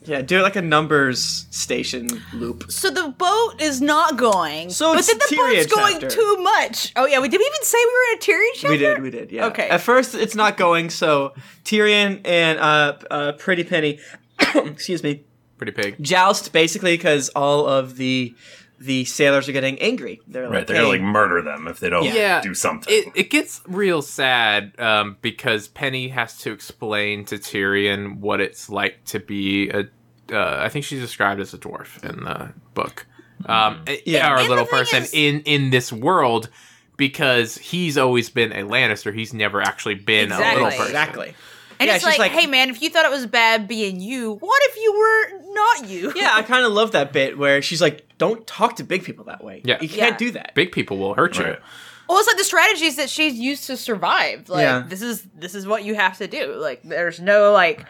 Yeah, do it like a numbers station loop.
So the boat is not going.
So
but
it's
then the
Tyrion
boat's going
chapter.
too much. Oh yeah, we did we even say we were in a Tyrion chapter?
We did, we did. Yeah.
Okay.
At first, it's not going. So Tyrion and uh, uh Pretty Penny, [coughs] excuse me,
Pretty pig.
joust basically because all of the the sailors are getting angry. They're like,
Right, they're gonna
"Hey,
like murder them if they don't
Yeah.
do something.
It, it gets real sad um, because Penny has to explain to Tyrion what it's like to be a. Uh, I think she's described as a dwarf in the book, um,
Yeah.
yeah, or a
And the
little
thing
person
is-
in in this world, because he's always been a Lannister. He's never actually been a
Exactly.
little person.
Exactly.
And
Yeah,
it's
she's
like,
like-
hey man, if you thought it was bad being you, what if you were not you?
Yeah, I kind of love that bit where she's like, "Don't talk to big people that way.
Yeah.
you can't
Yeah.
do that."
Big people will hurt you.
Right.
[laughs] Well, it's like the strategies that she's used to survive. Like
Yeah.
this is this is what you have to do. Like there's no like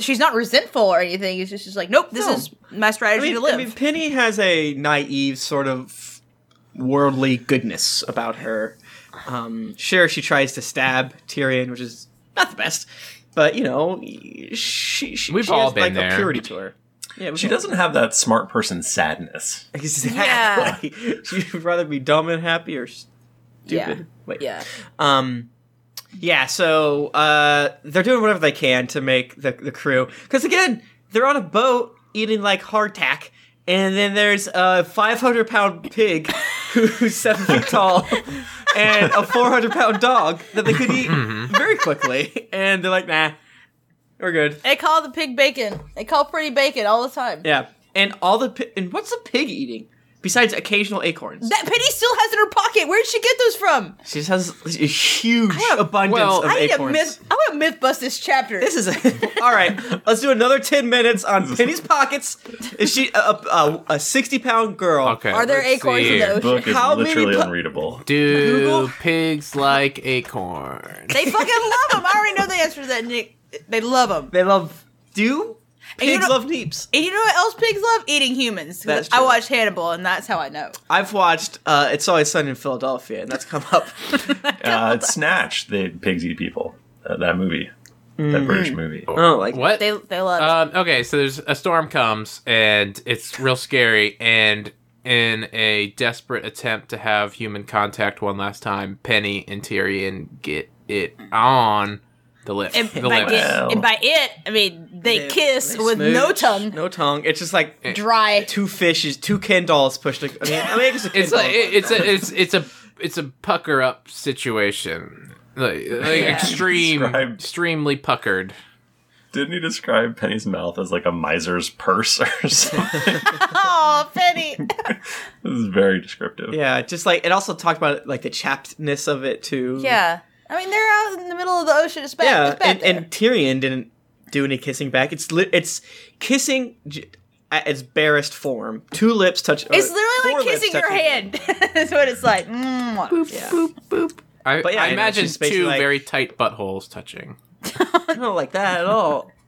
she's not resentful or anything. It's just, she's like, nope, this
No.
is my
I
strategy
mean,
to live.
I mean, Penny has a naive sort of worldly goodness about her. Um, sure, she tries to stab Tyrion, which is not the best, but you know, she, she
We've
she
all
has,
been
like a
there.
purity to her. Yeah,
She doesn't have that smart person sadness.
exactly. [laughs] She'd rather be dumb and happy or stupid.
yeah.
Wait.
Yeah.
Um, yeah, so uh, they're doing whatever they can to make the, the crew. Because again, they're on a boat eating like hardtack, and then there's a 500 pound pig who- who's seven feet tall, and a 400 pound dog that they could eat very quickly. And they're like, nah, we're good.
They call the pig bacon. They call pretty bacon all the time.
Yeah. And all the pi- and what's the pig eating? Besides occasional acorns,
That penny still has in her pocket. Where'd she get those from?
she just has a huge abundance
well-
of
I need
acorns.
to myth. I want to myth bust this chapter.
This is [laughs] all right. Let's do another ten minutes on Penny's pockets. Is she a, a, a sixty pound girl?
Okay.
Are there
let's
acorns in
see here.
those?
Book is
How many
literally
pu-
unreadable.
Do
Google?
pigs like acorn?
they fucking love them. I already know the answer to that, Nick. They love them.
They love do
And you
pigs
don't-
love neeps.
And you know what else pigs love? Eating humans. 'Cause
That's
I
true.
watched Hannibal, and that's how I know.
I've watched uh, It's Always Sunny in Philadelphia, and that's come up. [laughs]
Uh, it's Snatch. The pigs eat people. Uh, that movie.
Mm-hmm.
That British movie.
oh, like
What?
They they love.
Uh,
Um, okay, so there's a storm comes and it's real scary. And in a desperate attempt to have human contact one last time, Penny and Tyrion get it on the lip.
and
the
by,
lips.
Wow.
it, and by it, I mean they
They-
kiss
they
with no
smooch,
tongue,
No tongue. It's just like
Eh.
dry.
[laughs] two fishes, two Ken dolls pushed. ag- I mean, I mean, I guess a Ken
It's like
doll.
it- it's a it's it's a it's a pucker up situation. Like, like extreme,
Describe-
extremely puckered.
Didn't he describe Penny's mouth as like a miser's purse [laughs] or something?
Oh, Penny.
this is very descriptive.
yeah, just like it also talked about like the chappedness of it too.
yeah. I mean, they're out in the middle of the ocean. It's bad.
yeah,
it's
and,
bad
and Tyrion didn't do any kissing back. It's li- it's kissing j- at its barest form. Two lips touch.
there. it's
uh,
literally
four
like
lips
kissing your
touching-
hand. [laughs] That's what it's like. Mwah.
Yeah.
I,
But yeah,
I
you know,
imagine
she's basically
two
like-
very tight buttholes touching.
I don't like that at all. [laughs]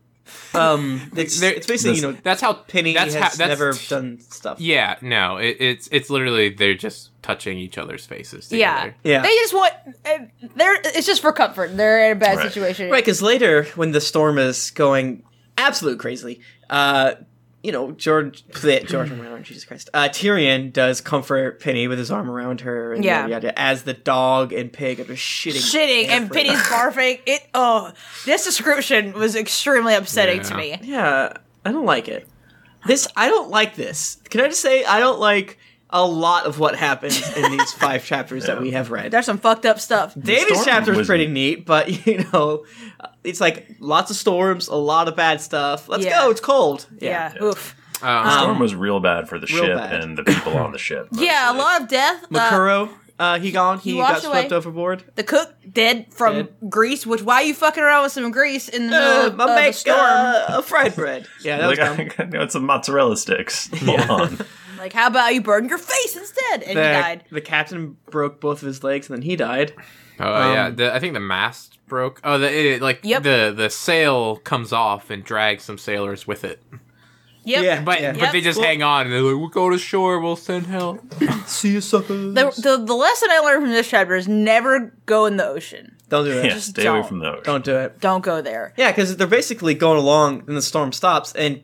Um, it's,
There-
it's basically you know
that's how
Penny has
That's how, that's
never
t-
done stuff.
Yeah, no, it, it's it's literally they're just touching each other's faces.
Yeah.
Together.
Yeah.
They just want. uh, They're. It's just for comfort. They're in a bad
Right.
situation.
Right, because later when the storm is going absolute crazy, uh, you know George, bleh, [clears throat] George, I'm around, Jesus Christ, uh, Tyrion does comfort Penny with his arm around her, and
Yeah.
yada, yada, as the dog and pig are just shitting,
Shitting and
everywhere.
Penny's barfing. It. Oh, this description was extremely upsetting to me.
Yeah.
Yeah, I don't like it. This I don't like this. Can I just say I don't like a lot of what happens in
[laughs]
these five chapters that we have read.
There's some fucked up stuff.
David's
storm
chapter is
was-
pretty neat, but [laughs] you know, it's like lots of storms, a lot of bad stuff. Let's
Yeah.
go. It's cold.
Yeah. Oof.
Um,
Storm was real bad for the
real
ship
bad.
and the people on the
[laughs]
ship.
Yeah, a lot of death. Uh,
Makuro, uh, he gone. He,
he
got
walked
swept
away.
overboard.
the cook dead from Greece. Which why are you fucking around with some Greece in the middle
Uh,
of,
my
of a
make
storm?
uh, a fried bread. Yeah, that was
[laughs] Like,
dumb.
I know it's some mozzarella
[laughs]
sticks. Hold on.
Like, how about you burn your face instead? And
The-
he died.
The captain broke both of his legs, and then he died.
oh
um,
yeah, the, I think the mast broke. Oh, the it, like
Yep.
the the sail comes off and drags some sailors with it.
Yep.
Yeah.
But but
Yep.
they just hang on and they're like, "We'll go to shore. We'll send help."
See you, suckers.
The, the the lesson I learned from this chapter is never go in the ocean.
Don't do it.
Yeah,
Just
stay away
don't.
from those.
Don't do it.
Don't go there.
Yeah, because they're basically going along, then the storm stops, and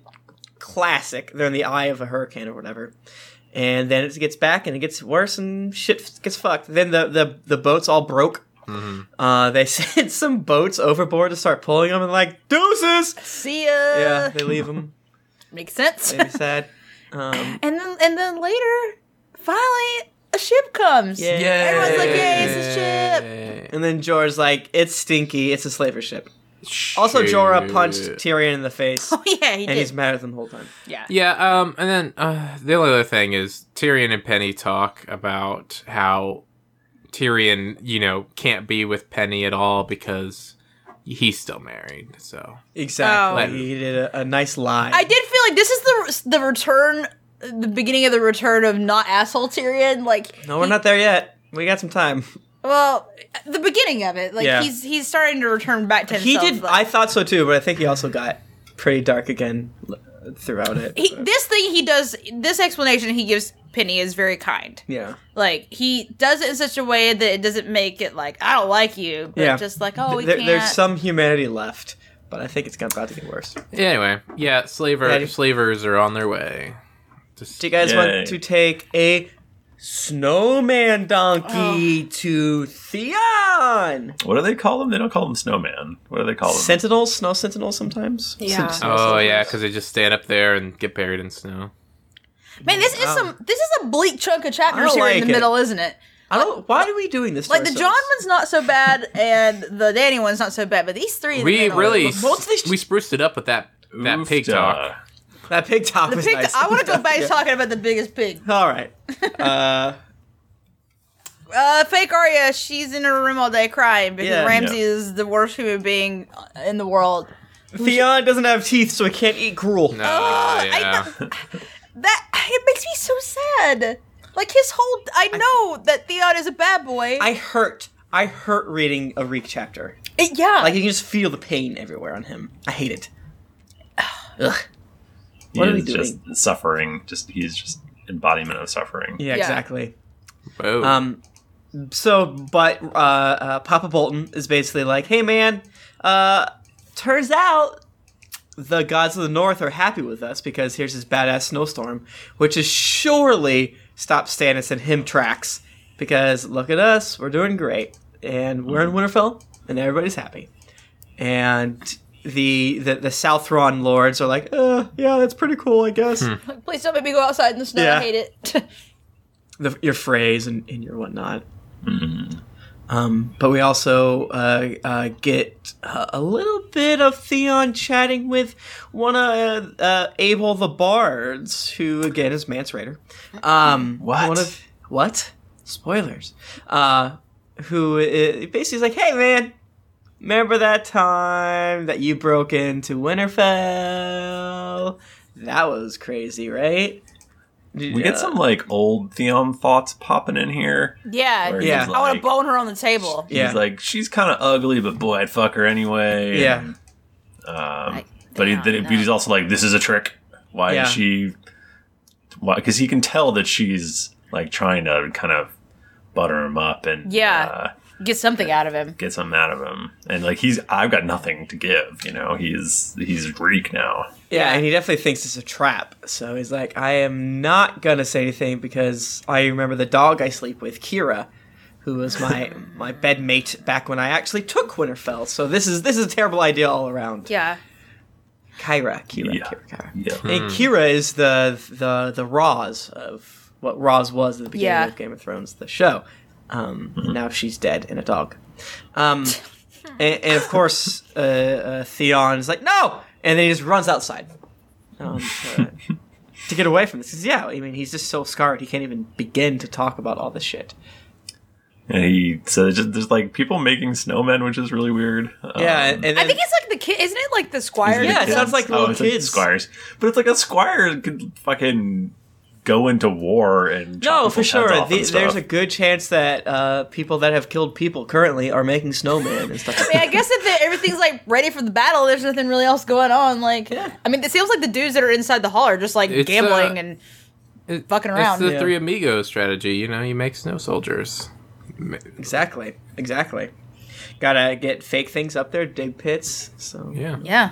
classic, they're in the eye of a hurricane or whatever. And then it gets back, and it gets worse, and shit f- gets fucked. Then the the, the boats all broke. Uh, they [laughs] sent some boats overboard to start pulling them, and like deuces.
See ya.
[laughs] Yeah, they leave them.
Makes sense.
Maybe sad. Um,
and then and then later, finally, a ship comes.
Yeah.
Everyone's like, "Yay, it's a ship!"
and then Jorah's like, "It's stinky. It's a slaver ship." Also, Jorah punched Tyrion in the [laughs] face,
[laughs] Oh yeah, he
and he's
did.
mad at them the whole time.
Yeah.
Yeah, um, and then uh, the only other thing is Tyrion and Penny talk about how Tyrion, you know, can't be with Penny at all because he's still married. So
Exactly.
Oh.
He did a, a nice lie.
I did feel like this is the the return, the beginning of the return of not asshole Tyrion. Like
no, we're
he-
not there yet. We got some time.
Well, the beginning of it, like
Yeah.
he's he's starting to return back to
he
himself.
did.
like-
I thought so too, but I think he also got pretty dark again l- throughout it.
he, this thing he does, this explanation he gives Penny is very kind.
yeah,
Like he does it in such a way that it doesn't make it like I don't like you, but
Yeah.
just like oh we
There-
can't.
there's some humanity left, but I think it's got- about to get worse.
anyway, yeah, slaver
Yeah, I-
slavers are on their way. Just-
Do you guys
Yay.
want to take a snowman donkey
Oh.
to Theon?
What do they call them? They don't call them snowman. What do they call them?
Sentinels, snow sentinels, sometimes.
Yeah.
Sen- snow
oh yeah,
sentinels.
because they just stand up there and get buried in snow.
Man, this is some this is a bleak chunk of
I
chapters
don't
here in
like
the
it.
middle, isn't it?
I don't. Why are we doing this? to
Like the John
ourselves?
one's not so bad, and the Danny one's not so bad, but these three in the
We
middle-
really
both of these-
we spruced it up with that that pig
Oofda.
talk.
That pig top [laughs]
The
was
pig.
nice.
I want to go back to talking about the biggest pig.
All
[laughs]
right. Uh,
Uh, fake Arya. She's in her room all day crying because
Yeah.
Ramsay
Yeah.
is the worst human being in the world.
Theon doesn't have teeth, so he can't eat gruel.
No,
Oh, I
yeah.
That it makes me so sad. Like his whole. I know that Theon is a bad boy.
I hurt. I hurt reading a Reek chapter.
It- Uh, yeah.
Like you can just feel the pain everywhere on him. I hate it. Ugh.
He
What are we
is just suffering. Just he's just embodiment of suffering.
Yeah,
Yeah.
exactly.
Whoa.
Um, so, but uh, uh, Papa Bolton is basically like, "Hey, man, uh, turns out the gods of the North are happy with us because here's this badass snowstorm, which is surely stop Stannis and him tracks because look at us, we're doing great, and we're in Winterfell, and everybody's happy, and." The, the the Southron lords are like, uh, yeah, that's pretty cool, I guess.
Like, please don't make me go outside in the snow.
Yeah.
I hate it. [laughs]
the, your phrase and, and your whatnot.
Mm-hmm.
Um, but we also uh, uh, get uh, a little bit of Theon chatting with one of uh, uh, Abel the Bards, who again is Mance Raider. Um,
What?
One of what? Spoilers. Uh, who uh, basically is like, "Hey, man, remember that time that you broke into Winterfell? That was crazy, right?"
We get some like old Theon thoughts popping in here.
yeah.
where
Yeah.
he's
I want
like-
to bone her on the table.
He's
Yeah.
like, she's kind of ugly, but boy, I'd fuck her anyway.
Yeah.
And, um, but he,
Damn,
then
no.
he's also like, this is a trick. Why
Yeah.
is she? Why? Because he can tell that she's like trying to kind of butter him up and
Yeah.
uh,
Get something out of him.
get something out of him. And like he's, I've got nothing to give. You know, he's he's reek now.
Yeah, and he definitely thinks it's a trap. So he's like, I am not gonna say anything because I remember the dog I sleep with, Kira, who was my my bedmate back when I actually took Winterfell. So this is this is a terrible idea all around.
Yeah.
Kyra, Kira,
Yeah.
Kira, Kyra.
Yeah.
And Kira is the the the Roz of what Roz was at the beginning
Yeah.
of Game of Thrones, the show. Um, and Now she's dead and a dog. Um, and, and of course, uh, uh, Theon is like, no, and then he just runs outside um, to, to get away from this. 'Cause, Yeah, I mean, he's just so scarred he can't even begin to talk about all this shit.
And he so there's just, there's like people making snowmen, which is really weird.
Yeah,
Um,
and, and then,
I think it's like the kid. Isn't it like the squire?
Yeah,
that
it sounds
builds-
like little
Oh, it's like
kids.
squires, but it's like a squire could fucking go into war and chop
no, for
people's heads
sure.
off and
The, there's
stuff.
a good chance that uh, people that have killed people currently are making snowmen and stuff. Like
I mean, I guess if the, everything's like ready for the battle, there's nothing really else going on. Like, I mean, it seems like the dudes that are inside the hall are just like
It's,
gambling
uh,
and
It-
fucking around.
It's the
Yeah.
three amigos strategy. You know, you make snow soldiers. Ma-
Exactly. Exactly. Gotta get fake things up there, dig pits. So
Yeah.
yeah.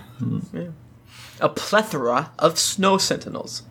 a plethora of snow sentinels.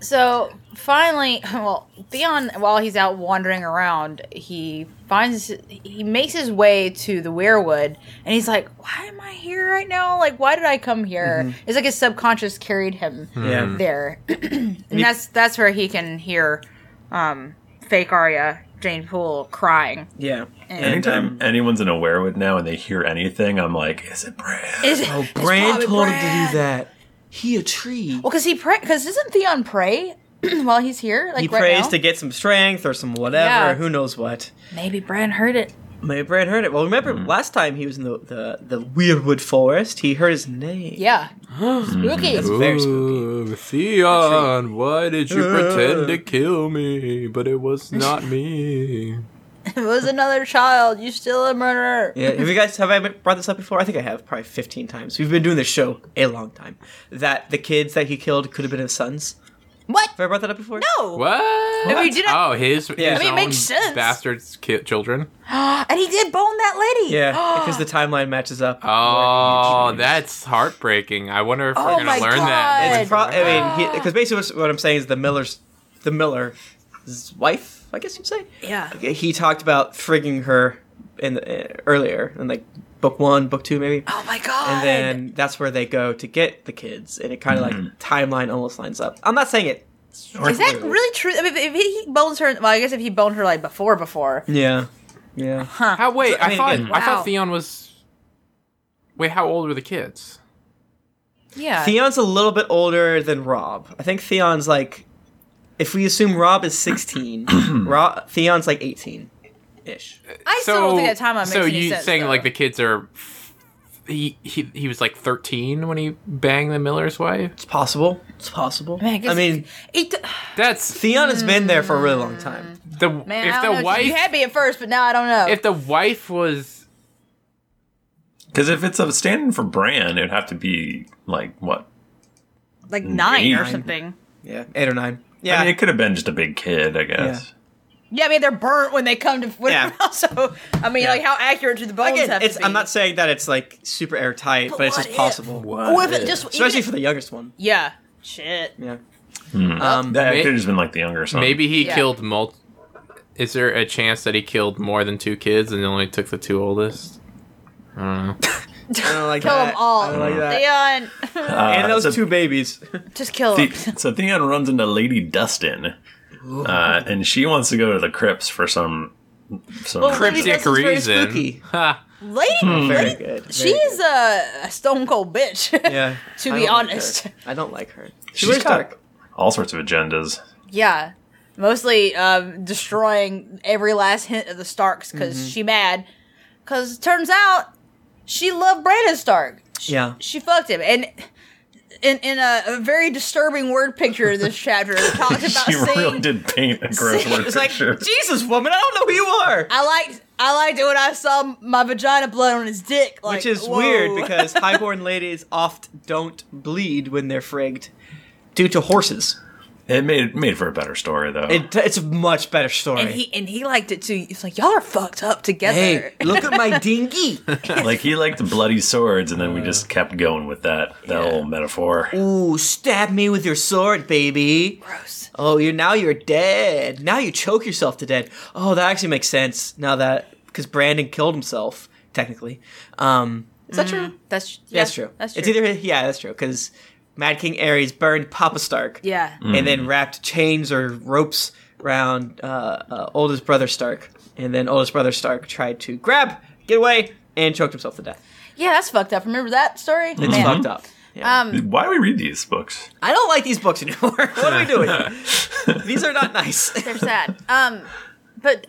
So finally, [laughs] well, Theon, while he's out wandering around, he finds he makes his way to the Weirwood, and he's like, "Why am I here right now? Like, why did I come here?" It's like his subconscious carried him
Yeah.
there, [clears throat] and that's that's where he can hear um, fake Arya, Jane Poole crying.
Yeah. And,
Anytime
um,
anyone's in a werewood now and they hear anything, I'm like, is it Bran?
Is,
oh, Bran told him to do that. He a tree.
Well, because he pray, because doesn't Theon pray [clears throat] while he's here? Like
he
right
prays
now?
to get some strength or some whatever,
Yeah.
who knows what.
Maybe Bran heard it.
Maybe Bran heard it. Well, remember last time he was in the, the, the Weirdwood Forest, he heard his name. [gasps]
Yeah, spooky.
very
Ooh, Theon, why did you pretend to kill me? But it was not me.
It was another child. You still a murderer.
Yeah, have you guys have I brought this up before? I think I have probably fifteen times. We've been doing this show a long time. That the kids that he killed could have been his sons.
What?
Have I brought that up before?
No. [gasps]
What?
mean, did I-
oh, his, his
I
mean, it
own
makes sense.
bastards ki- children.
And he did bone that lady. [gasps]
Yeah, because the timeline matches up.
Oh, that's heartbreaking. I wonder if
Oh
we're
my
gonna learn that.
It's pro- I mean, because basically what's, what I'm saying is the Miller's, the Miller's wife, I guess you'd say.
yeah.
Okay, He talked about frigging her in the, uh, earlier in like book one, book two, maybe.
Oh my god.
And then that's where they go to get the kids, and it kind of
Mm-hmm.
like timeline almost lines up. I'm not saying it.
is that really true? I mean, if he bones her, well, I guess if he boned her like before, before.
Yeah, yeah.
Huh.
How? Wait, I,
I mean,
thought
again-
I
Wow.
thought Theon was. Wait, how old were the kids?
Yeah.
Theon's a little bit older than Rob. I think Theon's like, if we assume Rob is
[clears throat]
16, Rob, Theon's like 18 ish.
I still don't think that timeline makes
so
any
you
sense,
saying
though.
like the kids are he, he he was like 13 when he banged the miller's wife
It's possible. It's possible.
Man, guess-
I mean,
It,
that's
Theon has been there for a really
Mm.
long time.
[sighs]
the
man, I
if
don't know.
the
You
wife
had me at first, but now I don't know.
if the wife was
Because if it's a stand-in for Bran, it'd have to be like what?
like nine or
Nine.
something.
Yeah, eight or nine.
I
Yeah.
mean, it could have been just a big kid, I guess.
Yeah, I mean they're burnt when they come to whatever.
Yeah.
[laughs] So I mean,
Yeah.
like how accurate do the bones
Again,
have
it's,
to be?
I'm not saying that it's like super airtight, but, it's
what
just
if?
possible.
Or if it just even
Especially
if-
for the youngest one.
yeah, shit.
Yeah. Um,
That
May-
could have just been like the younger son.
maybe he
Yeah.
killed mul is there a chance that he killed more than two kids and only took the two oldest I don't know.
I don't like
Kill
that.
them all.
I don't like that.
Theon,
Uh,
and those
so-
two babies.
[laughs]
[laughs]
just kill him.
The- so Theon runs into Lady Dustin, uh, and she wants to go to the crypts for some. some
Well, Crypt-
cryptic
Dustin's very spooky.
reason [laughs] ha.
Lady,
hmm. Very
lady
good.
she is a, a stone cold bitch. [laughs]
Yeah.
to
I don't
be
like her.
honest.
I don't like her. She
she's
wears
got
dark.
all sorts of
[laughs]
agendas.
Yeah. Mostly um, destroying every last hint of the Starks because
Mm-hmm.
she mad. Because turns out she loved Brandon Stark. She,
Yeah.
She fucked him. And in, in a, a very disturbing word picture
[laughs]
of this chapter, it talks about
She
seeing.
really did paint a gross
See,
word
It's like,
picture.
Jesus, woman, I don't know who you are.
I liked I liked it when I saw my vagina blood on his dick. Like,
Which is
whoa.
weird because highborn ladies oft don't bleed when they're frigged due to horses.
it made made for a better story though.
It, it's a much better story.
And he and he liked it too. It's like y'all are fucked up together.
hey, look at my dinghy.
like he liked bloody swords, and then
Uh.
we just kept going with that that whole metaphor.
Ooh, stab me with your sword, baby.
[laughs] Gross.
Oh, you're now you're dead. Now you choke yourself to death. Oh, that actually makes sense now that because Brandon killed himself technically. Um, is that true?
That's
Yeah, that's true.
That's true.
It's either yeah, that's true because Mad King Ares burned Papa Stark.
yeah.
and then wrapped chains or ropes around uh, uh, oldest brother Stark, and then oldest brother Stark tried to grab, get away, and choked himself to death.
Yeah, that's fucked up. Remember that story?
It's
Man.
fucked up. Yeah.
Why do we read these books?
I don't like these books anymore. [laughs] what are we doing? these are not nice.
They're sad. Um, but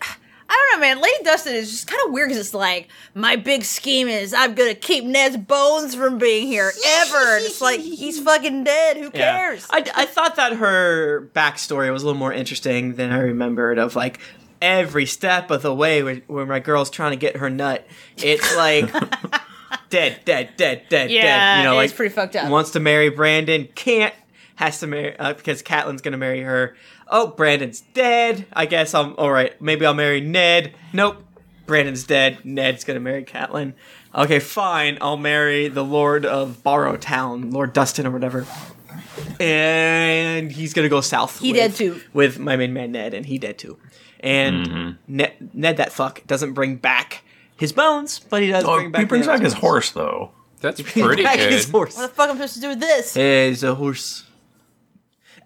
I don't know, man. Lady Dustin is just kind of weird because it's like my big scheme is I'm gonna keep Ned's bones from being here ever. and it's like he's fucking dead. Who
Yeah.
cares?
I, I thought that her backstory was a little more interesting than I remembered. Of like every step of the way, when, when my girl's trying to get her nut, it's
[laughs]
like dead, dead, dead, dead, dead.
Yeah,
You know,
it
like
is pretty fucked up.
Wants to marry Brandon, can't. Has to marry uh, because Catelyn's gonna marry her. Oh, Brandon's dead. I guess I'm all right. Maybe I'll marry Ned. Nope. Brandon's dead. Ned's gonna marry Catelyn. Okay, fine. I'll marry the Lord of Borrowtown, Lord Dustin or whatever and he's gonna go south.
He
with,
dead too.
with my main man Ned, and he dead too. And
Mm-hmm.
Ned, Ned, that fuck doesn't bring back his bones, but he does
Oh,
bring back.
he brings
Ned's
back his
bones.
horse though.
that's
He brings
pretty
back his
good
horse.
what the fuck am I supposed to do with this?
Is Eh, a horse.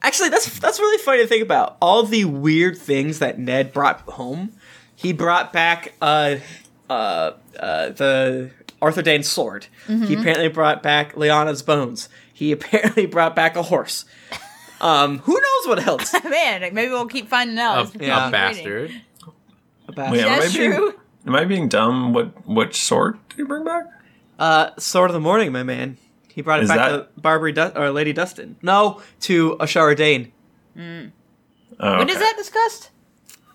Actually, that's that's really funny to think about. All the weird things that Ned brought home. He brought back uh, uh, uh, the Arthur Dane's sword. He apparently brought back Liana's bones. He [laughs] apparently brought back a horse. Um, who knows what else?
Man, like, maybe we'll keep finding
a,
out.
a
Oh, Yeah.
bastard
about
Wait, am I
That's
being-
true.
Am I being dumb? What what sword did he bring back?
Uh, Sword of the Morning, my man. He brought it
Is
back
that-
to Barbary du- or Lady Dustin. No, to Ashara Dane.
Oh,
When is
okay.
that discussed?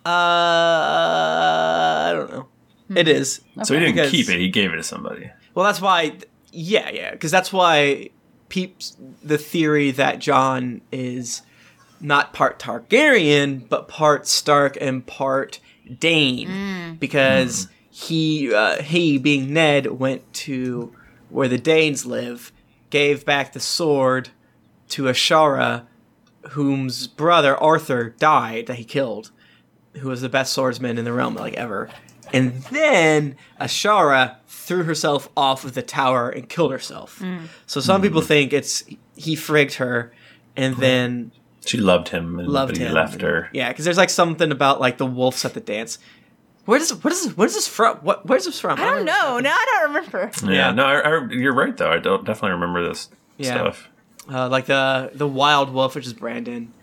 Uh, I don't know. It is.
So he didn't
Because-
keep it. He gave it to somebody.
Well, that's why. Yeah, yeah, because that's why peeps the theory that John is not part Targaryen, but part Stark and part Dane, because he uh, he being Ned went to where the Danes live, gave back the sword to Ashara, whom's brother Arthur died that he killed, who was the best swordsman in the realm like ever. And then Ashara threw herself off of the tower and killed herself. So some people think it's he frigged her and then
She loved him, and
loved
but he
him.
left her.
Yeah, because there's like something about like the wolves at the dance. Where does what is where is this from? What where's this from?
I don't know. Now I don't remember.
Yeah,
Yeah.
no, I, I, you're right though. I don't definitely remember this
Yeah.
stuff.
Uh, like the the wild wolf, which is Brandon.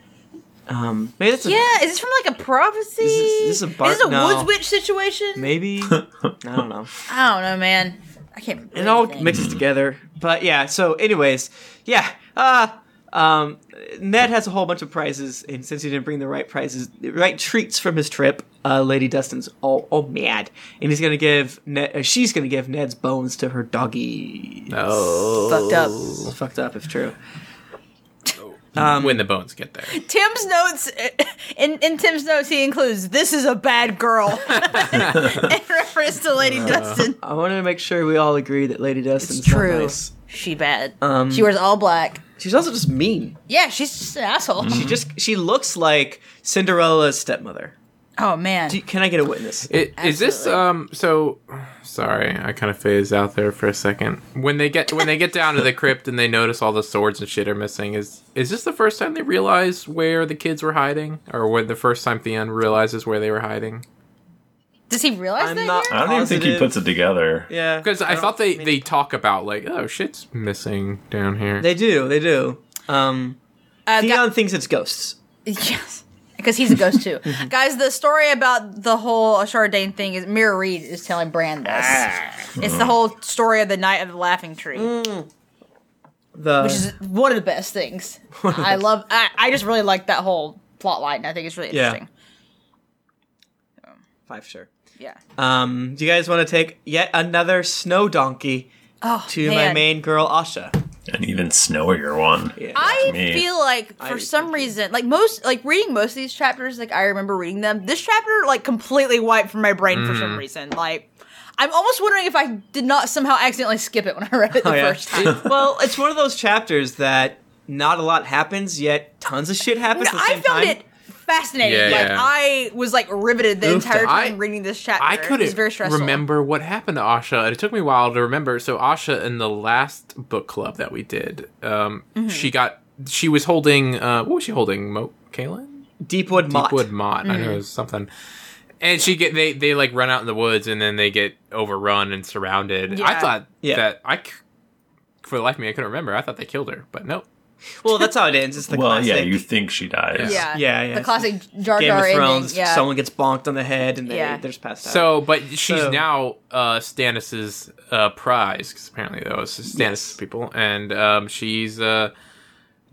Um, maybe that's a,
Yeah, is this from like a prophecy?
This is- this is a bar-
Is this a
no.
woods witch situation?
maybe I don't know.
I don't know, man. I can't. remember
It all
anything.
mixes together, but yeah. So, anyways, yeah. Uh, um, Ned has a whole bunch of prizes, and since he didn't bring the right prizes, the right treats from his trip, uh, Lady Dustin's all all mad, and he's gonna give Ned. Uh, she's gonna give Ned's bones to her doggy.
Oh.
fucked up.
It's fucked up if true.
when the bones get there.
Tim's notes. In in Tim's notes, he includes "This is a bad girl" [laughs] in reference to Lady Dustin.
I wanted to make sure we all agree that Lady Dustin's
It's true.
Not nice.
She bad.
Um,
she wears all black.
She's also just mean.
Yeah, she's just an asshole.
Mm-hmm.
She just she looks like Cinderella's stepmother.
Oh man.
Do- can I get a witness?
It, is this
Absolutely.
um so sorry i kind of phased out there for a second when they get when they get down to the crypt and they notice all the swords and shit are missing is is this the first time they realize where the kids were hiding or when the first time theon realizes where they were hiding
Does he realize
I'm
that?
not-
here?
I don't even think he
Positive.
puts it together.
Yeah,
because i,
don't
thought they
mean-
they talk about like oh shit's missing down here
they do they do. Um,
Uh, gu-
Theon thinks it's ghosts.
[laughs] Yes. Because he's a ghost
[laughs]
too.
Mhm.
Guys, the story about the whole Chardane thing is Mira Reed is telling Brand this.
Ah.
It's the whole story of the Night of the Laughing Tree,
Mm. The
which is one of the
[laughs]
best things.
of the
I love, I, I just really like that whole plot line. I think it's really
Yeah.
interesting.
five sure.
Yeah.
Um, do you guys want to take yet another snow donkey
Oh,
to
man.
my main girl Asha?
An even snowier one.
Yeah.
I
me.
feel like
I
for
think
some reason, like most, like reading most of these chapters, like I remember reading them. This chapter, like, completely wiped from my brain for
Mm.
some reason. Like, I'm almost wondering if I did not somehow accidentally skip it when I read it the
Oh, yeah.
first time. [laughs]
well, it's one of those chapters that not a lot happens, yet tons of shit happens. at the
I
same
found
time.
it fascinating.
Yeah,
like
yeah.
I was like riveted the
Oof,
entire time
I-
reading this chapter.
I
it was
couldn't
very stressful.
remember what happened to Asha. and It took me a while to remember. So Asha, in the last book club that we did, um,
Mm-hmm.
she got she was holding uh, what was she holding? Mo Kalen?
Deepwood Mott. Mm-hmm.
Deepwood Mott. I know it was something. And she get they they like run out in the woods and then they get overrun and surrounded. I
Yeah.
thought
Yeah.
that I c- for the life of me I couldn't remember. I thought they killed her, but nope.
Well, that's how it ends. It's the
well,
classic.
yeah, you think she dies.
Yeah,
Yeah, yeah.
The classic Jar
Game
Jar
of
ending.
Thrones.
Yeah.
Someone gets bonked on the head and they,
Yeah.
they're just passed out.
So, but she's
So-
now uh, Stannis's uh, prize because apparently those Stannis people, and um, she's uh,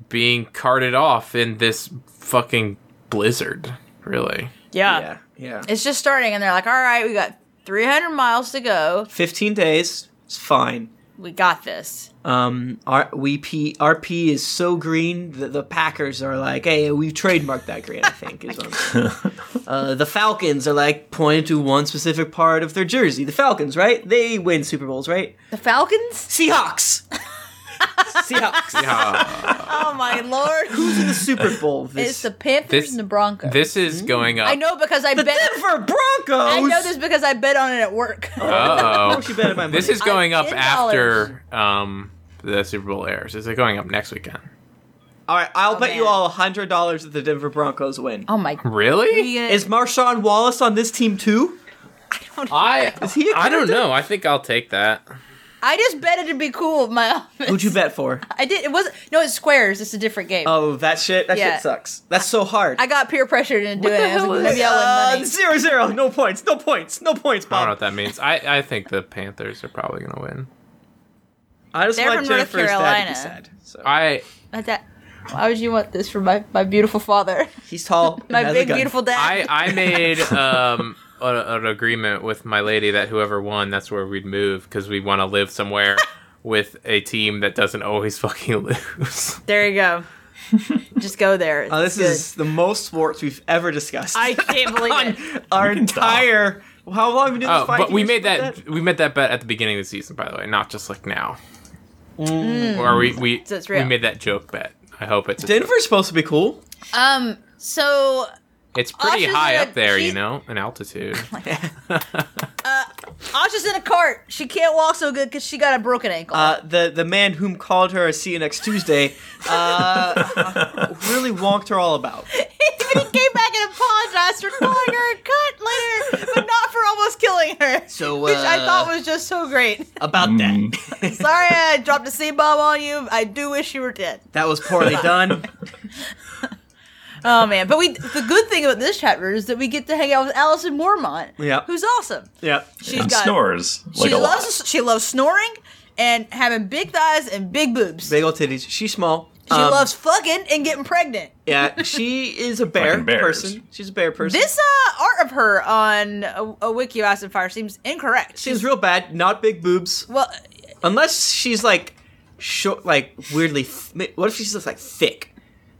being carted off in this fucking blizzard. Really,
yeah,
yeah, yeah.
It's just starting, and they're like, "All right, we got 300 miles to go.
15 days. It's fine.
We got this."
Um, our we P, RP is so green that the Packers are like, hey, we trademarked that green. I think is what I'm saying.
[laughs]
uh, the Falcons are like pointing to one specific part of their jersey. The Falcons, right? They win Super Bowls, right? [laughs]
The Falcons? [laughs]
Seahawks. Seahawks.
yeah,
Oh my lord!
Who's in the Super Bowl?
it's
This
the Panthers
this-
and the Broncos.
[laughs] this
Hmm.
is going up.
[laughs]
I know because I
the
bet.
Denver Broncos.
I know
[laughs]
this because I bet on it at work.
Uh
She bet my money.
This is going up
$10.
after um, the Super Bowl airs. Is it going up next weekend?
all right. I'll
Oh,
bet you
man.
all hundred dollars that the Denver Broncos win.
oh [laughs] my.
Really?
Is Marshawn Wallace on this team too?
I
he a
I don't know. I think I'll take that.
I just bet it to be cool with my office.
Who'd you bet
[laughs]
for?
I did. It wasn't. No, it's squares. It's a different game.
Oh, that shit. That
Yeah.
shit sucks. That's so hard.
I got peer pressured into doing
the
it. I was
hell
like,
is-
maybe I'll win
Uh,
money.
zero zero. No points. No points. No points,
I don't know
Bob.
what that means. I, I think the Panthers are probably going to win.
I just
They're
want
from North
Jennifer's dad to
Carolina.
be sad. So.
I
My dad- Why would you want this for my, my beautiful father? [laughs]
He's tall. and
My
has a
big,
gun.
beautiful dad. [laughs]
I, I made um, a, an agreement with my lady that whoever won, that's where we'd move because we want to live somewhere with a team that doesn't always [laughs] fucking lose.
there you [laughs] go. Just go there.
Uh, this
It's good.
is the most sports we've ever discussed.
I can't believe it.
on our
We can stop.
entire. How long have we been doing
Oh,
this? Five
but we
years?
made
Like
that, we made that bet at the beginning of the season, by the way, not just like now. Or we we,
So it's
we
real.
made that joke bet. I hope it's a joke.
Denver's supposed to be cool.
Um. So
It's pretty
Asha's
high
gonna-
up there, you
Oh, she's- Oh
know,
[laughs]
in altitude.
Asha's in a cart. She can't walk so good because she got a broken ankle.
Uh, the the man whom called her a "see you next Tuesday" uh, [laughs] really wonked her all about.
Even he came back and apologized for calling her a cut later, but not for almost killing her.
So,
which I
uh,
thought was just so great.
About
Mm.
that. [laughs]
Sorry, I dropped a C bomb on you. I do wish you were dead.
that was
[laughs]
poorly done.
Oh man! But we the good thing about this chapter is that we get to hang out with Allison Mormont,
Yeah.
who's awesome.
Yep.
She's
and
got
snores
she
like a lot.
loves she loves snoring and having big thighs and big boobs.
Big old titties. She's small.
she
Um,
loves fucking and getting pregnant.
Yeah, she is a bear
Fucking bears.
person. She's a bear person.
This uh, art of her on a, a wiki of Ice and Fire seems incorrect.
she's real bad. Not big boobs.
well,
unless she's like short, like weirdly. Th- what if she's just like thick?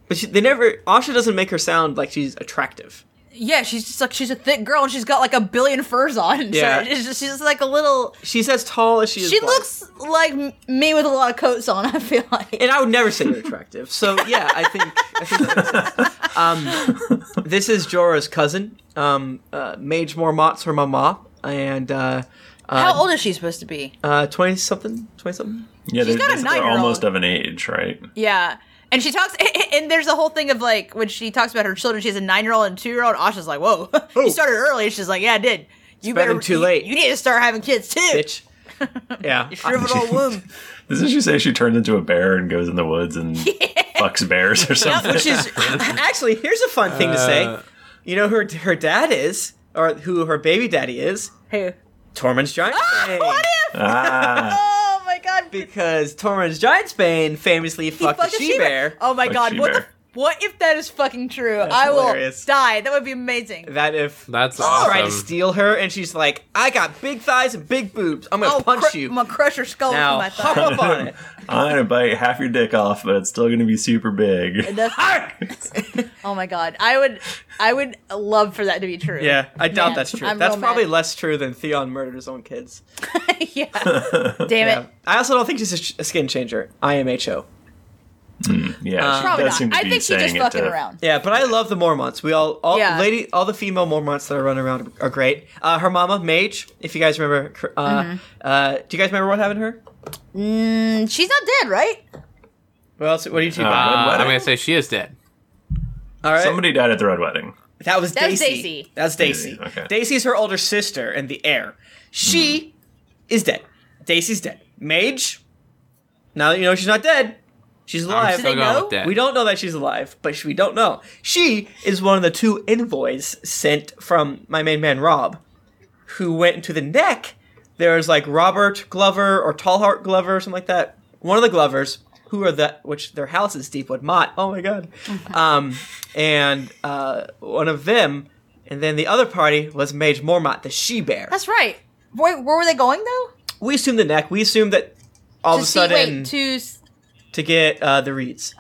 But she, they never. Asha doesn't make her sound like she's attractive.
yeah, she's just like she's a thick girl and she's got like a billion furs on. [laughs]
Yeah.
so it's just, she's like a little.
She's as tall as she is.
She
blonde.
looks like m- me with a lot of coats on. [laughs] I feel like.
and I would never say you're attractive. So yeah, I think I think that makes sense. Um, this is Jorah's cousin, um, uh, Mage Mormont's her mama, and uh,
How old is she supposed to be?
uh, twenty something, twenty something.
Yeah, they're,
got a
they're
nine-year-old.
almost of an age, right?
Yeah. And she talks, [laughs] and there's a whole thing of like when she talks about her children, she has a nine year old and two year old. Asha's like, "Whoa, [laughs] you started early." She's like, "Yeah, I did. You
Oh. better
better
than too
you-
late."
You, need to start having kids too."
Bitch. Yeah.
Shriveled
[laughs]
old womb.
Doesn't she say she turns into a bear and goes in the woods
[laughs]
and fucks bears or something?
which [laughs] is actually here's a fun thing to say. You know who her, her dad is, or who her baby daddy is?
Who?
Tormund's Giant Spain.
[laughs] What
Uh,
if?
ah,
Oh my god! He
[laughs] Because Tormund's Giant Spain famously fucked,
fucked
a
a
she bear.
Oh my
Fucked
god! What? The,
she-bear.
what if that is fucking true? I will
hilarious.
die. That would be amazing.
That if
That's
try to
awesome.
steal her, and she's like, "I got big thighs and big boobs. I'm gonna
I'll
punch
cru-
you
Oh, I'm gonna crush your skull
now.
with my
Hop [laughs]
thumb. [laughs]
up on it."
I'm gonna bite half your dick off, but it's still gonna be super big.
And that's-
[laughs]
oh my god! I would, I would love for that to be true.
Yeah, I doubt
Man,
that's true.
I'm
that's
real
probably
mad.
less true than Theon murdered his own kids.
[laughs] yeah.
[laughs]
Damn
Yeah.
it.
I also don't think she's a, sh- a skin changer. IMHO.
[laughs] Yeah, she
Probably
does
not.
seem to
I
be
think she's
saying
just
it
fucking
to-
around.
Yeah, but I love the Mormonts. We all, all
Yeah.
lady, all the female Mormonts that are running around are great. Uh, her mama, Mage, if you guys remember, cr- uh, uh, do you guys remember what happened to her?
Mm, she's not dead, right?
What else? What did you do?
Uh, I'm
wedding.
gonna say she is dead.
all right,
Somebody died at the red wedding.
that was
That was
Daisy.
Daisy.
That's Daisy.
Daisy, okay.
Daisy's her older sister and the heir. She
Hmm.
is dead. Daisy's dead. Mage, now that you know she's not dead, she's
I'm
alive.
still
they
going
know?
with dead.
We don't know that she's alive, but she, we don't know. She is one of the two envoys sent from my main man Rob, who went into the neck. There's like Robert Glover or Tallheart Glover or something like that. One of the Glovers, who are the which their house is Deepwood Mott. Oh my
[laughs]
god. Um, and uh, one of them, and then the other party was Mage Mormont, the she bear.
That's right. Where, where were they going though?
We assume the neck. We assume that all of
to
a
see,
sudden
wait, to s-
to get uh, the reeds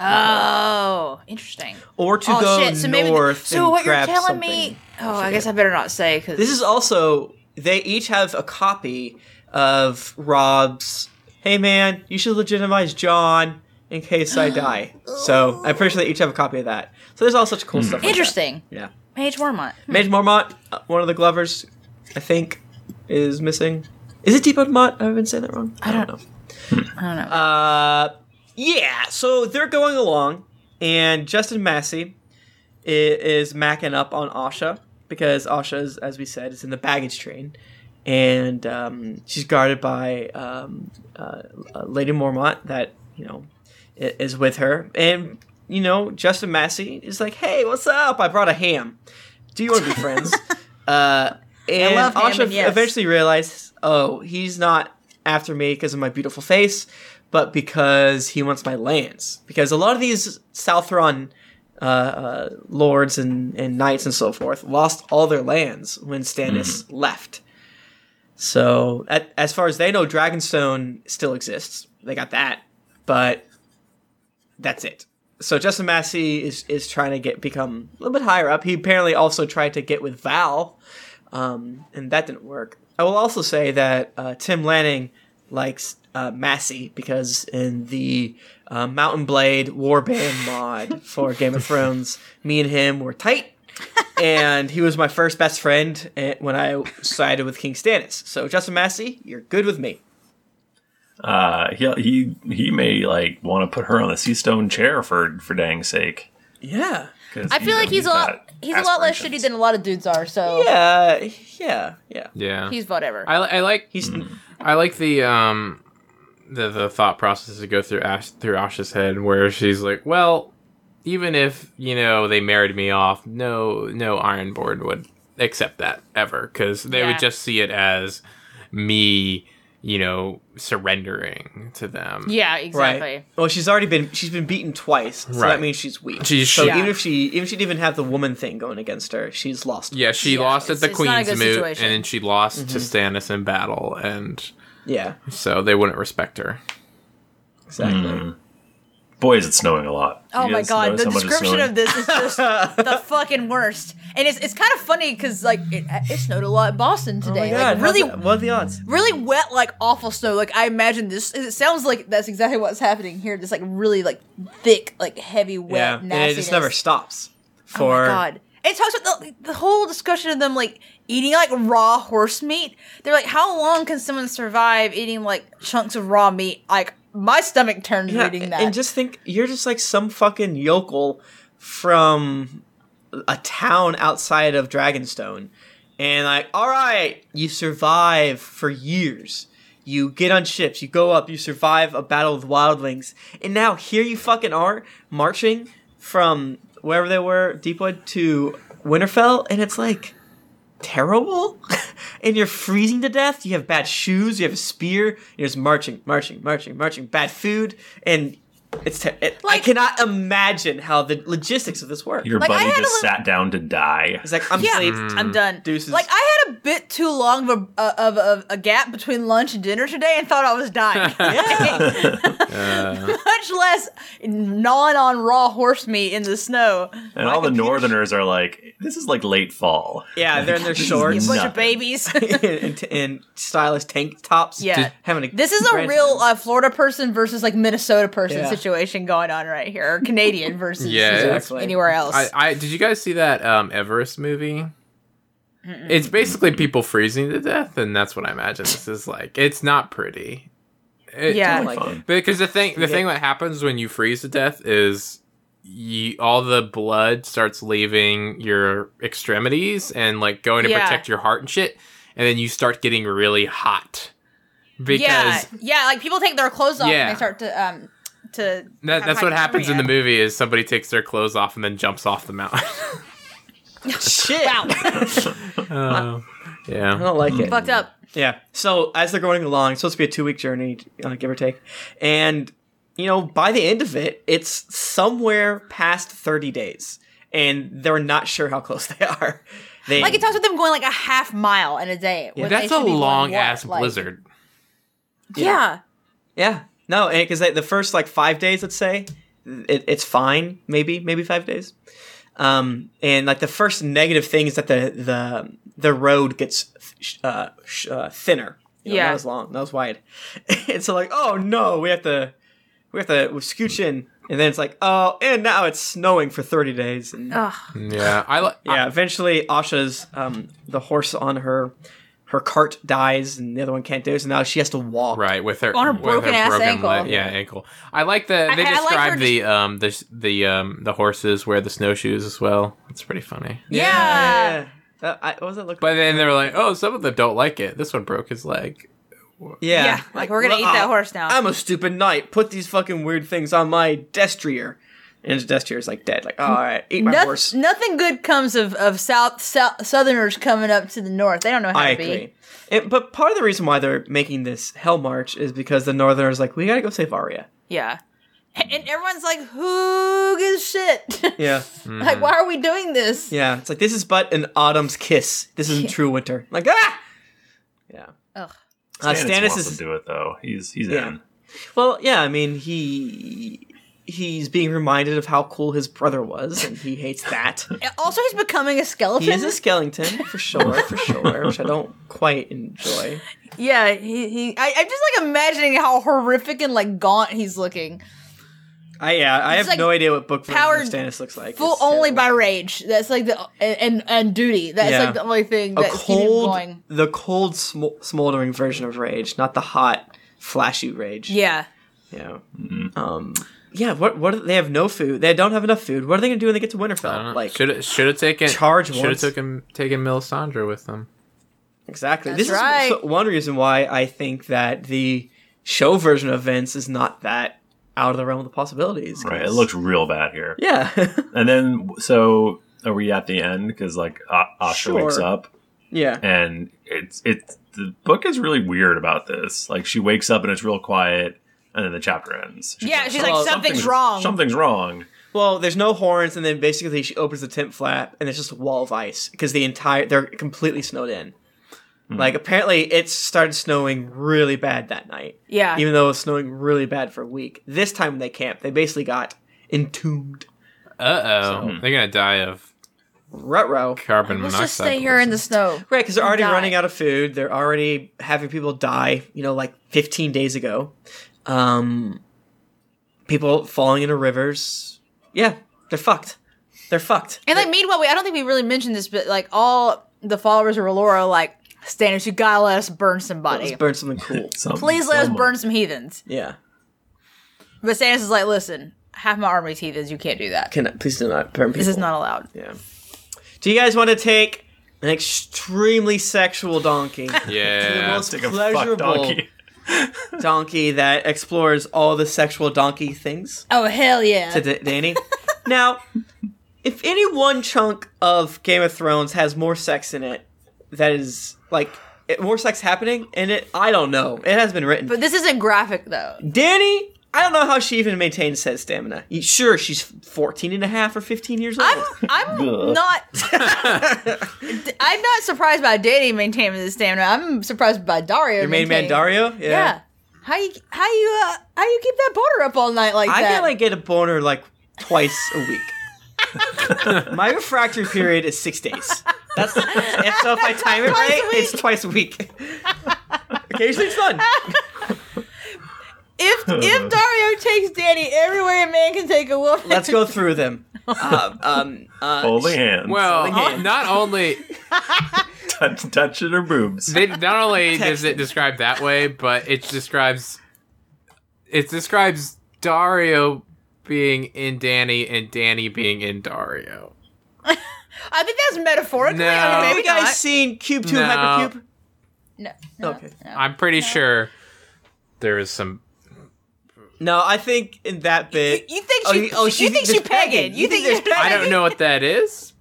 oh, interesting.
or to
oh
go
shit! So maybe
north.
so
and
what you're
grab
telling
something.
me? Oh, I guess I better not say because
This is also they each have a copy of Rob's. Hey man, you should legitimize John in case I die. So I'm pretty sure they each have a copy of that. So there's all such cool stuff. like that.
interesting.
Yeah,
Mage Mormont.
Mage Mormont, uh, one of the Glovers, I think, is missing. Is it Deepod Mott? I've been saying that wrong. I don't know.
I don't know.
Uh, yeah, so they're going along, and Justin Massey i- is macking up on Asha because Asha, is, as we said, is in the baggage train, and um, she's guarded by um, uh, uh, Lady Mormont, that you know i- is with her, and you know Justin Massey is like, "Hey, what's up? I brought a ham. Do you want to be
[laughs]
friends?" uh, and
love ham
Asha
and
eventually
yes.
eventually realized, oh, he's not after me because of my beautiful face, but because he wants my lands. Because a lot of these Southron uh, uh, lords and, and knights and so forth lost all their lands when Stannis left. So, at, as far as they know, Dragonstone still exists. They got that, but that's it. So Justin Massey is is trying to get become a little bit higher up. He apparently also tried to get with Val, um, and that didn't work. I will also say that uh, Tim Lanning likes uh, Massey because in the uh, Mountain Blade Warband mod for Game of Thrones, me and him were tight, and he was my first best friend eh, when I sided with King Stannis. So Justin Massey, you're good with me.
Uh, he he he may like want to put her on the sea stone chair for for dang sake.
Yeah.
'Cause
I feel
you
like
know,
he's a lot
got
he's a lot less shitty
aspirations.
than a lot of dudes are. So
Yeah. Yeah. Yeah.
Yeah.
he's whatever.
I, li- I like
He's
I like the um the the thought process to go through Ash, through Asha's head where she's like, well, even if you know they married me off, no no Ironborn would accept that ever because they
Yeah.
would just see it as me, you know, surrendering to them.
yeah,
right.
exactly.
Well, she's already been she's been beaten twice, so
Right.
that means she's weak.
She's-
so
Yeah.
even if she even if she didn't even have the woman thing going against her, she's lost.
Yeah, she
Yeah,
lost
it's-
at the
it's not a
Queen's
good
moot,
situation. Mm-hmm.
and then she lost to Stannis in battle, and
Yeah.
so they wouldn't respect her.
Exactly.
Hmm.
Boy, is it snowing a lot.
Oh
You
my
guys
god,
notice
the
how much it's
description
snowing?
of this
[laughs]
is just the fucking worst. And it's it's kind of funny because like it, it snowed a lot in Boston
Oh my
today.
God,
like,
how's
really,
that- What are the odds?
really wet, like awful snow. Like I imagine this. It sounds like that's exactly what's happening here. This like really like thick, like heavy
Yeah.
wet.
And
nastiness.
it just never stops.
Oh
For
my god. It talks about the, the whole discussion of them like eating like raw horse meat. They're like, how long can someone survive eating like chunks of raw meat? Like my stomach turned
Yeah,
reading that.
And just think, you're just like some fucking yokel from a town outside of Dragonstone. And like, all right, you survive for years. You get on ships, you go up, you survive a battle with wildlings. And now here you fucking are marching from wherever they were, Deepwood to Winterfell. And it's like, terrible [laughs] and you're freezing to death you have bad shoes you have a spear you're just marching marching marching marching bad food and it's ter- it, i
Like-
cannot imagine how the logistics of this work
Your
Like, I
buddy
had a
just
li-
sat down to die.
it's like i'm
yeah,
sleep
Mm.
I'm done.
Deuces.
Like I had a bit too long of a, uh, of, of a gap between lunch and dinner today, and thought I was
[laughs]
dying. [laughs]
yeah
Uh,
Much less gnawing on raw horse meat in the snow.
And all the
computer-
Northerners are like, this is like late fall.
yeah they're in their
This is
You
shorts
nuts.
bunch
Nothing.
of babies. [laughs]
[laughs] and, and stylish tank tops
Yeah.
just having a
This is a
grand
real
time.
uh, Florida person versus like Minnesota person
Yeah.
situation going on right here, or Canadian versus
[laughs] Yeah,
Exactly.
anywhere else.
I, I did you guys see that um, Everest movie? It's basically people freezing to death, and that's what I imagine this is like. It's not pretty. It-
Yeah.
I like
Fun.
it.
because the thing the thing that happens when you freeze to death is you, all the blood starts leaving your extremities and like going to
Yeah.
protect your heart and shit, and then you start getting really hot because
yeah, yeah, like people take their clothes off and
Yeah.
they start to um to.
that,
have
that's what happens in the
hypothermia.
movie is somebody takes their clothes off and then jumps off the mountain. [laughs]
shit
Oh, yeah.
i don't like it
[laughs] Fucked up.
Mm. Yeah. So as they're going along, it's supposed to be a two week journey, uh, give or take. And, you know, by the end of it, it's somewhere past 30 days. And they're not sure how close [laughs] they are. They,
Like it talks about them going like a half mile in a day. when they
That's a
should be going
long
what,
ass
like-
blizzard.
Yeah.
yeah. No, because the first, like, five days, let's say, it, it's fine. Maybe, maybe five days. Um, and, like, the first negative thing is that the, the, the road gets sh- uh, sh- uh, thinner. You know,
Yeah.
Not as long, not as wide. [laughs] and so, like, oh no, we have to. we have to we scooch in and then it's like oh and now it's snowing for 30 days and
Ugh.
Yeah, I like.
yeah eventually asha's um the horse on her her cart dies and the other one can't do it so now she has to walk
Right with her
On her
with
broken ass ankle.
leg- yeah, ankle. I like the they
I- I like
describe
her
the um the the um the horses wear the snowshoes as well. It's pretty funny.
Yeah.
Uh, I what was it looking
But then they were like, oh, some of them don't like it. This one broke his leg.
yeah.
Yeah, like, we're gonna eat that
uh,
horse now.
i'm a stupid knight put these fucking weird things on my destrier and his destrier's like dead like all right eat my
Noth-
horse
nothing good comes of, of south, south southerners coming up to the north. They don't know how
I
to be.
agree. And, but part of the reason why they're making this hell march is because the northerners like we gotta go save Arya.
Yeah. And everyone's like, who gives shit? [laughs]
Yeah,
like, why are we doing this?
Yeah, it's like this is but an autumn's kiss. This isn't true winter. Like ah, yeah.
Ugh.
Uh,
Stannis
Stannis
wants
is
to do it though. He's he's
Yeah.
in.
well, yeah. I mean, he he's being reminded of how cool his brother was, and he hates that.
Also, he's becoming a skeleton.
he is a skeleton for sure, for sure, which I don't quite enjoy.
yeah, he. he I, I'm just like imagining how horrific and like gaunt he's looking,
I yeah, I have
It's like
no idea what book version
powered
of Stannis looks like.
full
It's
only
terrible.
by rage. That's like the and and, and duty. That's
Yeah.
like the only thing
a
that's keeping him
cold,
going.
the cold smol- smoldering version of rage, not the hot flashy rage.
Yeah.
Yeah. Um. yeah, what what are, they have no food. They don't have enough food. What are they gonna do when they get to
I don't know.
Winterfell? Like
should have should have taken
charge
Should have
once.
taken taken Melisandre with them.
exactly.
That's
this
right.
is so- one reason why I think that the show version of Vince is not that out of the realm of the possibilities.
Right.
'cause-
It looks real bad here.
Yeah. [laughs]
And then, so are we at the end? Because like A- Asha
Sure.
wakes up,
yeah.
and it's it's the book is really weird about this. Like she wakes up and it's real quiet, and then the chapter ends. "Oh,
Yeah, she's like,
Well,
something's wrong.
Something's wrong.
Well, there's no horns, and then basically she opens the tent flap, and it's just a wall of ice because the entire they're completely snowed in. Like apparently, it started snowing really bad that night.
Yeah.
even though it was snowing really bad for a week. This time when they camped, they basically got entombed.
Uh oh, they're gonna die of
Rut row.
carbon
Let's
monoxide.
just stay here in the snow.
Right, because they're already
Die.
running out of food. They're already having people die. You know, like 15 days ago. Um, people falling into rivers. Yeah, they're fucked. They're fucked.
And like, meanwhile, we, I don't think we really mentioned this, but like, all the followers of Relora, are like, Stannis, you gotta let us burn somebody.
Let's burn something cool.
Something-
Please let us
someone-
burn some heathens.
yeah.
But Stannis is like, listen, half my army's heathens. You can't do that.
Can please do not burn people.
This is not allowed.
Yeah. Do you guys want to take an extremely sexual
[laughs]
donkey?
Yeah.
Let's
Take a
Pleasurable.
fuck donkey.
[laughs] donkey that explores all the sexual donkey things
Oh, hell yeah.
to D-
[laughs]
Danny. now, if any one chunk of Game of Thrones has more sex in it, that is like it- more sex happening in it, I don't know. It has been written.
But this isn't graphic, though.
Danny, I don't know how she even maintains said stamina. You- Sure, she's 14 and a half or 15 years old.
I'm, I'm
Ugh.
not. I'm not surprised by Danny maintaining his stamina. I'm surprised by Dario.
Your main man
maintaining-
Dario? Yeah.
Yeah. How you how you uh, how you keep that boner up all night like
I
that?
can like get a boner like twice a week.
[laughs]
My refractory period is six days. That's and so if I time it
Twice a
right,
week.
it's twice a week. Occasionally it's fun.
if
[laughs]
if Dario takes Danny everywhere a man can take a woman.
Let's go through them. Um, um, uh,
Holding hands.
[laughs] Well,
Something-
not only
touch, touching her boobs.
[laughs] they, not only does it describe that way, but it describes it describes Dario being in Danny and Danny being in Dario.
[laughs] I think that's metaphorically.
No.
I mean,
have
maybe
you guys
not.
seen Cube Two
No.
Hypercube?
No, no.
Okay.
I'm pretty sure there is some.
No, I think in that bit.
You think
Oh,
she?
you- oh, she
you think
thinks there's
she
pegging.
pegging?
You
You
think
think
there's
I don't know what
[laughs]
that is.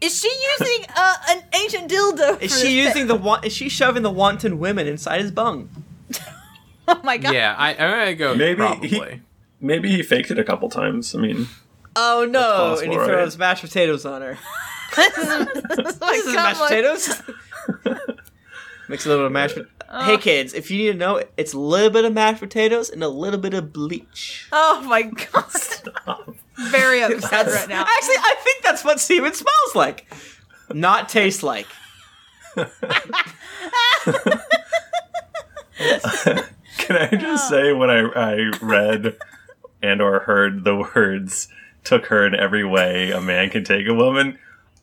Is she using uh, an ancient dildo?
Is
for
she
this
using the wa- Is she shoving the wanton women inside his bung?
thing? [laughs] Oh my god!
Yeah, I, I'm gonna go
Maybe he-
probably.
Maybe he faked it a couple times. I mean,
Oh [laughs] no!
possible,
and he throws
right?
mashed potatoes on her.
[laughs] this is, like
This is
some,
mashed
like-
potatoes.
[laughs]
Mix a little bit of mashed.
Uh.
pot hey kids, if you need to know, it's a little bit of mashed potatoes and a little bit of bleach.
Oh my god!
[laughs]
Very upset
That's-
right now.
Actually, I think that's what semen smells like, not taste like.
can I just say when I, I read and or heard the words "took her in every way a man can take a woman,"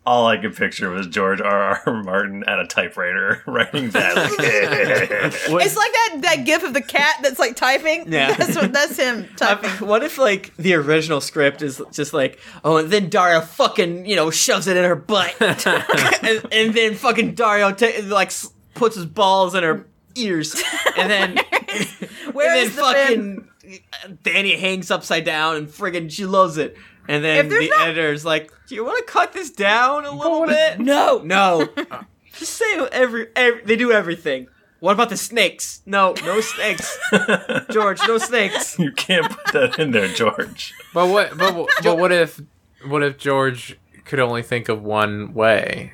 all I could picture was George R. R. Martin at a typewriter [laughs] writing that. like,
[laughs] What-
It's like that that gif of the cat that's like typing.
Yeah.
[laughs] that's what
[laughs]
that's him typing.
What if like the original script is just like, oh, and then Dario fucking you know shoves it in her butt,
[laughs]
and, and then fucking Dario ta- like s- puts his balls in her ears, and
[laughs]
then
Where
and then
is the fucking?
fucking uh, Danny hangs upside down and friggin' she loves it. And then
If there's
the
not-
editor's like, "Do you want to cut this down a little bit?"
[laughs]
No, no. Just say every, every they do everything. What about the snakes? No, no snakes, George. No snakes.
[laughs] you can't put that in there, George.
But what? But, wh- but what if? What if George could only think of one way?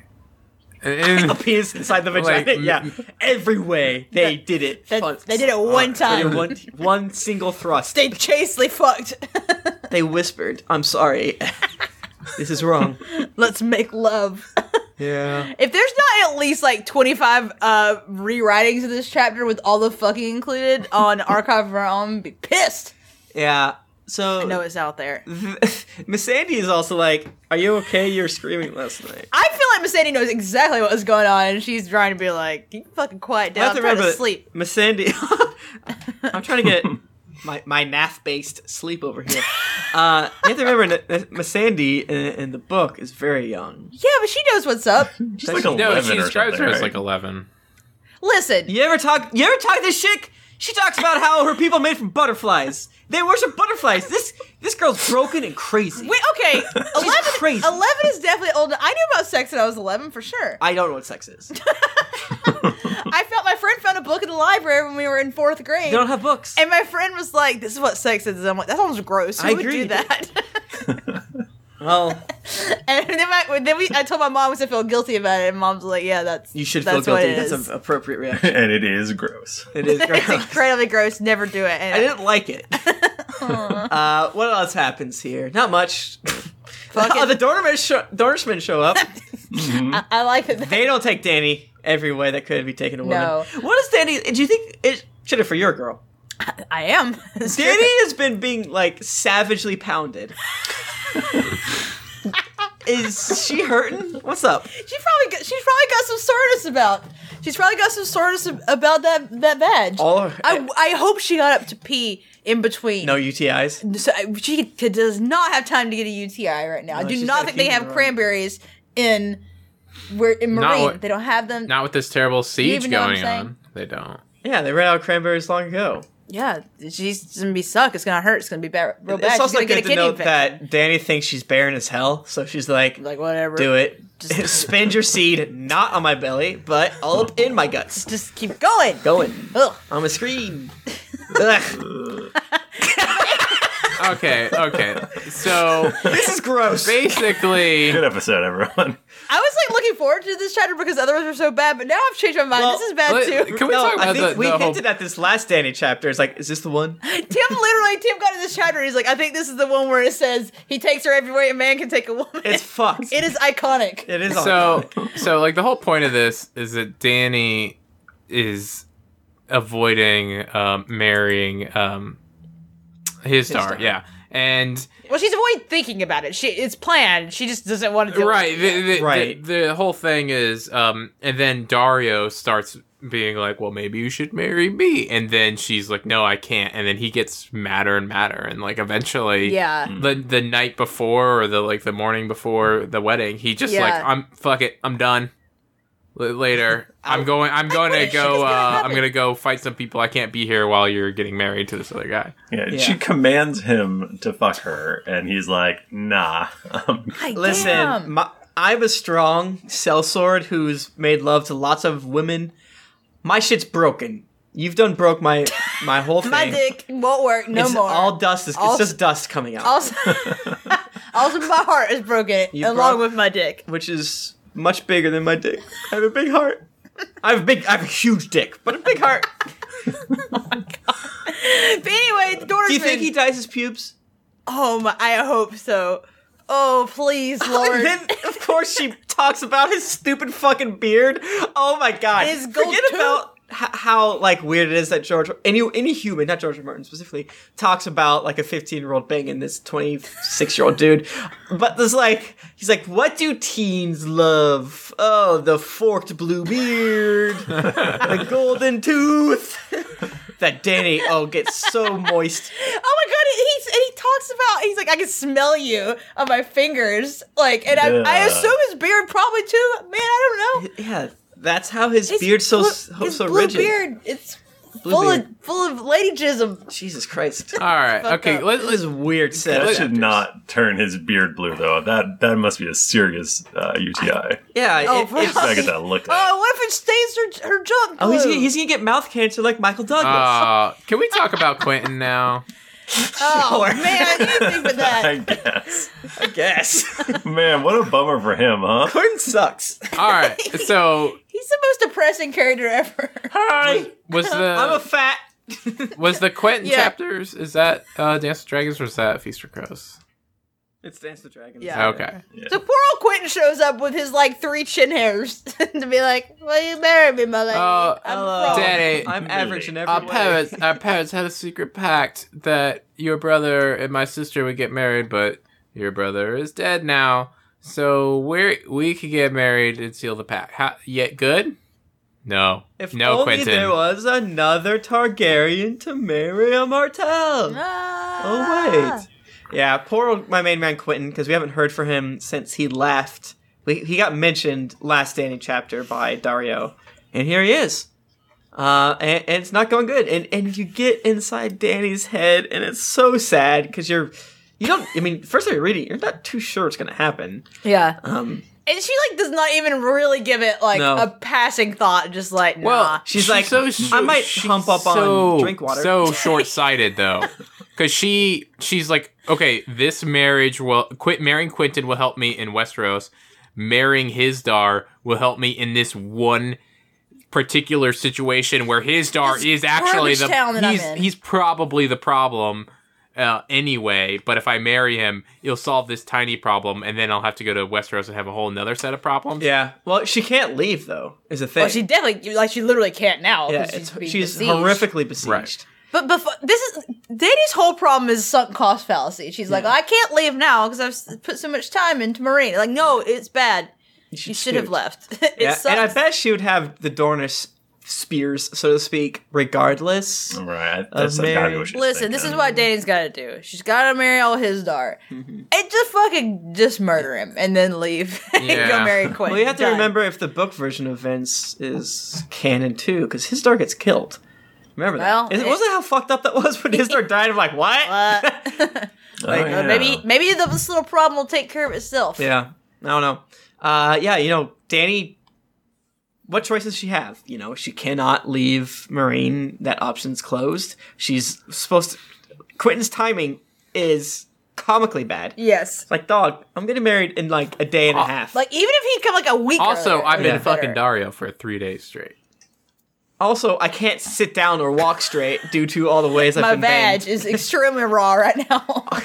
And-
A penis inside the vagina.
Like, m-
yeah, every way they did it.
That,
Fuck.
they did it
They
one
did
time.
one one single thrust.
They chastely fucked. [laughs]
they whispered, "I'm sorry, [laughs] this is wrong."
Let's make love. [laughs]
Yeah.
If there's not at least like 25 uh rewritings of this chapter with all the fucking included
[laughs]
on Archive of Our Own, be pissed.
Yeah. So
No, it's out there. I
[laughs] Miss Sandy is also like, "Are you okay? You're screaming last night."
feel like Miss Sandy knows exactly what was going on, and she's trying
[laughs]
to be like, "You fucking quiet down, I'm trying to
that
sleep."
Miss Sandy. I'm trying to get my, my naff based sleep over
[laughs]
here. Uh, you have to remember that- that Missandei in, in the book is very young.
Yeah, but she knows
[laughs]
what's up.
She's like
No,
11
she
or
describes
something.
her as
right?
like eleven.
Listen,
You ever talk? You ever talk this shit? She talks about how her people are made from butterflies. They worship butterflies. This this girl's broken and crazy.
wait,
[laughs]
okay, 11,
crazy.
11 is definitely old. I knew about sex when I was 11 for sure.
I don't know what sex is.
[laughs] I felt my friend found a book in the library when we were in fourth grade.
They don't have books.
And my friend was like, "This is what sex is." And I'm like, "That sounds gross. Who
I
would
agree.
do that?" [laughs]
well,
and then, my, then we, I told my mom, I said, "Feel guilty about it." And mom's like, "Yeah, that's
you should
that's
feel
what
guilty.
it
That's
is.
an appropriate reaction.
[laughs] and it is gross.
It is. [laughs]
[laughs] it's
gross.
incredibly gross. Never do it."
I
And
didn't like
[laughs]
it. uh, what else happens here? Not much.
Fuck
Uh,
it.
the Dornishmen show, Dornishmen show up.
I, I like it.
they don't take Danny every way that could be taken a woman.
No.
What is Danny? Do you think it Jennifer, you're a girl?
I am. [laughs] It's true.
Danny has been being like savagely pounded. is she hurting? What's up?
She probably got, she's probably got some soreness about. She's probably got some soreness ab- about that that badge.
All her-
I I hope she got up to pee in between.
No UTIs.
so I- she c- does not have time to get a UTI right now. I
No,
do
she's
not
got
think they
fever
have
on.
cranberries in where in
Not
marine.
what-
they don't have them.
Not with this terrible siege
even know what I'm
going
saying?
on. They don't.
Yeah, they ran out of cranberries long ago.
yeah, she's gonna be suck. It's gonna hurt. It's gonna be bad. Real bad.
it's
she's
also
gonna
good
get a
to
kidney
note
infection.
that Danny thinks she's barren as hell, so she's like,
like whatever.
do it.
Just-
[laughs] Spend your seed, not on my belly, but all up in my guts.
Just keep going.
Going.
Ugh.
I'm a
[laughs]
scream. Ugh,
Okay, okay. So
this is gross.
basically,
Good episode, everyone. [laughs]
I was like looking forward to this chapter because other ones were so bad, but now I've changed my mind.
Well,
this is bad
[laughs]
let-
too.
can we
no,
talk
I
about
think
the,
we
the whole?
hinted at this last Danny chapter. It's like, is this the one?
Tim literally, Tim got in this chapter. and He's like, I think this is the one where it says he takes her everywhere a man can take a woman.
It's fucked.
[laughs] it is iconic.
it is
so so like the whole point of this is that Danny is avoiding um, marrying um, his star,
star.
yeah, and
Well, she's avoiding thinking about it. She it's planned. She just doesn't want to do
right,
it.
the, the,
Right.
The, the whole thing is, um, and then Dario starts being like, "Well, maybe you should marry me," and then she's like, "No, I can't," and then he gets madder and madder, and like eventually,
Yeah.
the the night before or the like the morning before the wedding, he just like,
Yeah.
"I'm fuck it, I'm done." L-
[laughs]
later, I'm going. I'm going to
wish it was
go.
gonna
Uh, I'm
happen.
going to go fight some people. I can't be here while you're getting married to this other guy.
Yeah,
Yeah.
she commands him to fuck her, and he's like, "Nah." [laughs] Um,
God
Listen,
damn.
my, I'm a strong sellsword who's made love to lots of women. My shit's broken. You've done broke my my whole thing.
[laughs] my dick won't work no
it's
more.
all dust. Is,
All-
it's just dust coming out, [laughs]
also, [laughs] also, my heart is broken
You
along
broke-
with my dick. [laughs]
which is much bigger than my dick. I have a big heart. I have a big. I have a huge dick, but a big heart.
But anyway, the daughter's
Do you think he dyes his pubes?
Oh my! I hope so. Oh
[laughs]
please, Lord.
And then, of course, she talks about his stupid fucking beard. Oh my god!
His gold
Forget
tooth.
about h- how like weird it is that George any any human, not George R. R. Martin specifically, talks about like a fifteen year old banging this twenty six year old dude. But there's like he's like, what do teens love? Oh, the forked blue beard,
[laughs]
the golden tooth. that Danny oh gets so moist.
Oh my god, he- he's and he talks about he's like I can smell you on my fingers, like and I, I
Yeah.
assume his beard probably too. Man, I don't know.
Yeah, that's how his,
His
beard's so
blue-
so,
his
so
blue
rigid.
beard, it's
Blue
full
beard.
of full of ladygism.
Jesus Christ.
All right,
Fuck
okay.
up.
Let,
This
let's
is weird set.
that
of
should
chapters.
not turn his beard blue, though. That that must be a serious uh, UTI. I
Yeah.
Oh,
it-
bro.
it's-
gotta get that looked at.
Oh, what if it stains her her junk?
oh, he's,
blue?
gonna- he's gonna get mouth cancer like Michael Douglas.
Uh, can we talk about Quentin now?
oh
sore.
man,
[laughs]
anything
[laughs]
but
I
that.
guess.
I guess. [laughs]
Man, what a bummer for him, huh?
Quentin sucks.
All right,
[laughs]
so
He's the most depressing character ever. [laughs]
Hi.
was the
I'm a fat. [laughs]
Was the Quentin
Yeah.
chapters? Is that uh, Dance with Dragons or is that Feast or Crows?
it's Dance the Dragon.
Yeah.
Okay.
So poor old Quentin shows up with his like three chin hairs [laughs] to be like, "Will you marry me, my lady?"
Oh,
Uh,
I'm
Hello.
from-
Daddy.
I'm average in every
Our
way.
parents, our parents had a secret pact that your brother and my sister would get married, but your brother is dead now, so we we could get married and seal the pact. How, yet good? No.
If
no,
only
Quentin.
there was another Targaryen to marry a Martell.
Ah.
Oh wait. Yeah, poor old, my main man Quentin, because we haven't heard from him since he left. We, he got mentioned last standing chapter by Dario, and here he is. Uh, and, and it's not going good. And and you get inside Danny's head, and it's so sad because you're, you don't. I mean, first time you're reading, it, you're not too sure what's gonna happen.
Yeah.
Um,
And she like does not even really give it like
No.
a passing thought, just like nah.
Well,
She's like, "I might
she's
hump up on
so-
drink water."
So
[laughs]
short-sighted though, because she she's like, okay, this marriage will quit. Marrying Quentin will help me in Westeros. Marrying his dar will help me in this one particular situation where his dar
This
is actually
garbage
the
town that I'm
he's
in.
he's probably the problem. Uh, anyway, but if I marry him, he'll solve this tiny problem, and then I'll have to go to Westeros and have a whole another set of problems.
yeah. Well, she can't leave though. Is the thing.
Well, she definitely like she literally can't now.
yeah,
'cause
it's,
being
she's
besieged.
horrifically besieged.
Right.
But before this is Danny's whole problem is sunk cost fallacy. She's like, I can't leave now because I've s- put so much time into Marine. Like, no, it's bad. You should have
scoot.
left. [laughs] it
Yeah,
sucks.
and I bet she would have the Dornish spears, so to speak, regardless.
All right, that's
Uh,
like gotta
Mary-
be what she's
Listen, this is
thinking.
what Danny's got to do. She's got to marry all his dar,
Mm-hmm.
and just fucking just murder him and then leave [laughs] and go
Yeah.
marry Quinn.
Well, you have to
Done.
remember if the book version of Vince is canon too, because his Hisdar gets killed. Remember
Well,
that? It,
it-
wasn't how fucked up that was when Hisdar died. I'm like, what? [laughs]
Oh,
But-
yeah.
Uh, Maybe maybe the, this little problem will take care of itself.
yeah, I don't know. Uh, yeah, you know, Danny. What choices she have? You know, she cannot leave Marine. That option's closed. She's supposed to. Quentin's timing is comically bad.
Yes.
Like, dog, I'm getting married in like a day and a half.
Uh, Like even if he'd come like a week.
Also,
earlier,
I've
it
been
would've been
fucking
better.
Dario for three days straight.
Also, I can't sit down or walk straight due to all the ways I've
My
been banged.
badge is extremely raw right now.
[laughs]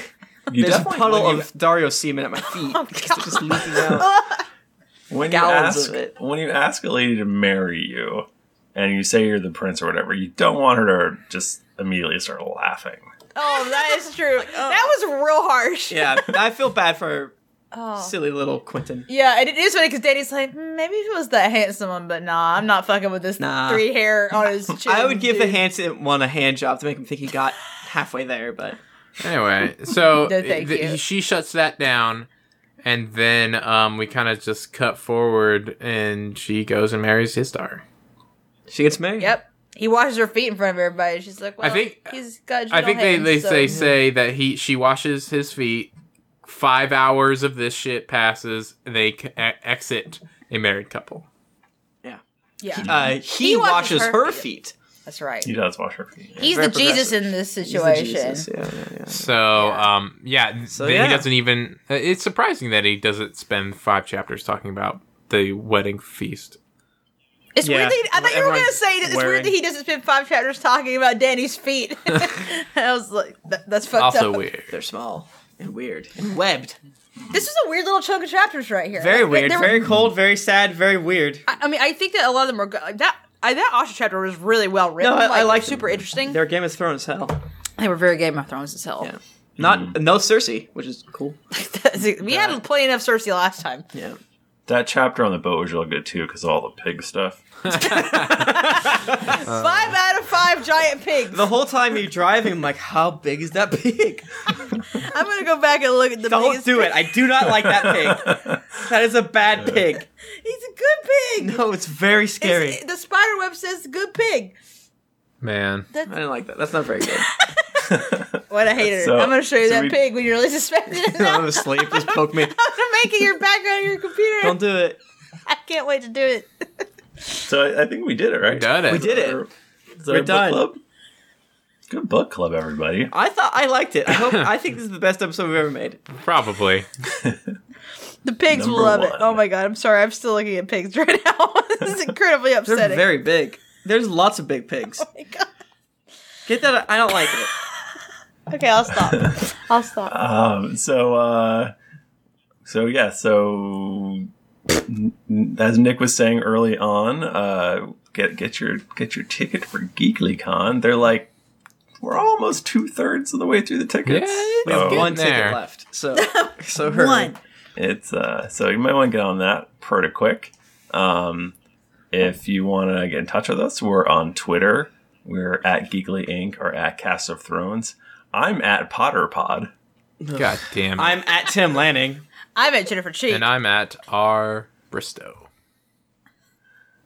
You
There's a
definitely-
puddle
when you-
of Dario semen
[laughs]
at my feet.
Oh,
It's just leaking out.
when you
gallons
ask
of it.
when you ask a lady to marry you, and you say you're the prince or whatever, you don't want her to just immediately start laughing.
oh, that
[laughs]
is true. That was real harsh.
Yeah, I feel bad for
Oh.
silly little Quentin.
Yeah, and it is funny because Danny's like, "Hmm, maybe he was that handsome one, but nah, I'm not fucking with this
Nah. [laughs]
three hair on his chin.
I would give the
dude."
handsome one a hand job to make him think he got halfway there, but
[laughs]
Anyway, so
No, thank
th-
you.
she shuts that down, and then um, we kind of just cut forward, and she goes and marries his star.
she gets married.
Yep. He washes her feet in front of everybody. She's like, well,
I think-
he's got.
I think they
hands,
they
so.
say say that he she washes his feet. Five hours of this shit passes. They c- e- exit a married couple.
Yeah,
Uh, he,
He
washes
washes
her,
her
feet.
that's right.
He does wash her feet.
He's
Very
the Jesus
progressive.
in this
He's the
situation.
Jesus, Yeah, yeah, yeah.
So um yeah,
So,
th-
yeah.
he doesn't even. uh, It's surprising that he doesn't spend five chapters talking about the wedding feast.
It's
Yeah.
weird. That he, I thought you were gonna
Everyone's
say that it's
wearing-
weird that he doesn't spend five chapters talking about Danny's feet.
[laughs]
[laughs] I was like, that, that's fucked
Also
up. [laughs]
weird.
They're small and weird and webbed.
This was a weird little chunk of chapters right here.
Very
Like,
weird.
there-
Very cold. Very sad. Very weird.
I, I mean, I think that a lot of them were go- like that. I, that Osha chapter was really well written.
No, I- I
like,
liked
super interesting.
They're Game of Thrones hell.
They were very Game of Thrones as hell.
Yeah. Not
Mm.
no Cersei, which is cool.
[laughs] That's- we had plenty enough Cersei last time.
Yeah. [laughs]
That chapter on the boat was real good too, because of all the pig stuff.
Uh,
five out of five giant pigs.
[laughs] The whole time you're driving, I'm like, how big is that
[laughs]
pig?
I'm gonna go back and look at the.
Don't
biggest
do it.
pig.
I do not like that
[laughs]
pig. That is a bad pig.
He's a good pig.
No, it's very scary.
It's- the spider web says good pig.
Man,
I didn't like that. That's not very
[laughs]
good.
What a hater!
So-
I'm gonna show you
so
that
we-
pig when you're
[laughs]
really suspected. [laughs] it now.
I'm asleep. Just poke me.
I'm gonna make it your background on your computer.
[laughs] Don't do it.
[laughs] I can't wait to do it.
[laughs] So I, I think we did it, right?
we done it.
We did it.
Is that
We're
our book
done.
club? Good book club, everybody.
I thought I liked it. I hope. I think this is the best episode we've ever made. [laughs]
Probably.
The pigs will
Number
love it.
one.
Oh my god! I'm sorry. I'm still looking at pigs [laughs] right now. this is incredibly
They're
upsetting. [laughs]
very big. There's lots of big pigs.
Oh my God.
Get that? I don't like it.
Okay, I'll stop. [laughs] I'll stop.
Um, so, uh, so yeah, so n- n- as Nick was saying early on, uh, get get your get your ticket for GeeklyCon. They're like we're almost two thirds of the way through the tickets.
Yeah, it's
We have
So-
one
there.
ticket left.
[laughs]
So, so hurry.
One.
It's uh, so you might want to get on that pretty quick. Um, If you want to get in touch with us, we're on Twitter. We're at Geekly Inc. or at Cast of Thrones. I'm at Potter Pod.
God damn it.
I'm at Tim Lanning.
I bet Jennifer Cheek.
and I'm at R Bristow.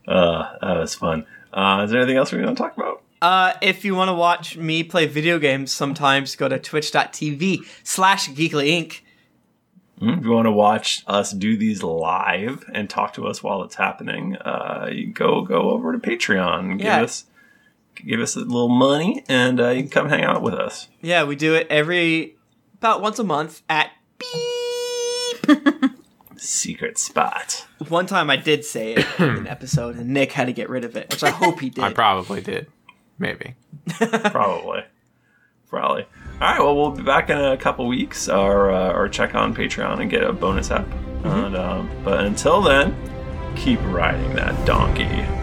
Uh, that was fun. Uh, is there anything else we want to talk about?
Uh, if you want to watch me play video games sometimes, go to twitch.tv slash geeklyinc.
Mm, If you want to watch us do these live and talk to us while it's happening, uh, you go go over to Patreon. Give
Yeah.
us give us a little money, and uh, you can come hang out with us.
Yeah, we do it every about once a month at beep.
Secret spot.
One time I did say it in an episode and Nick had to get rid of it, which I hope he did.
I probably did. Maybe.
Probably. Probably. All right. Well, we'll be back in a couple weeks, or uh, or check on Patreon and get a bonus app. And, uh, but until then, keep riding that donkey.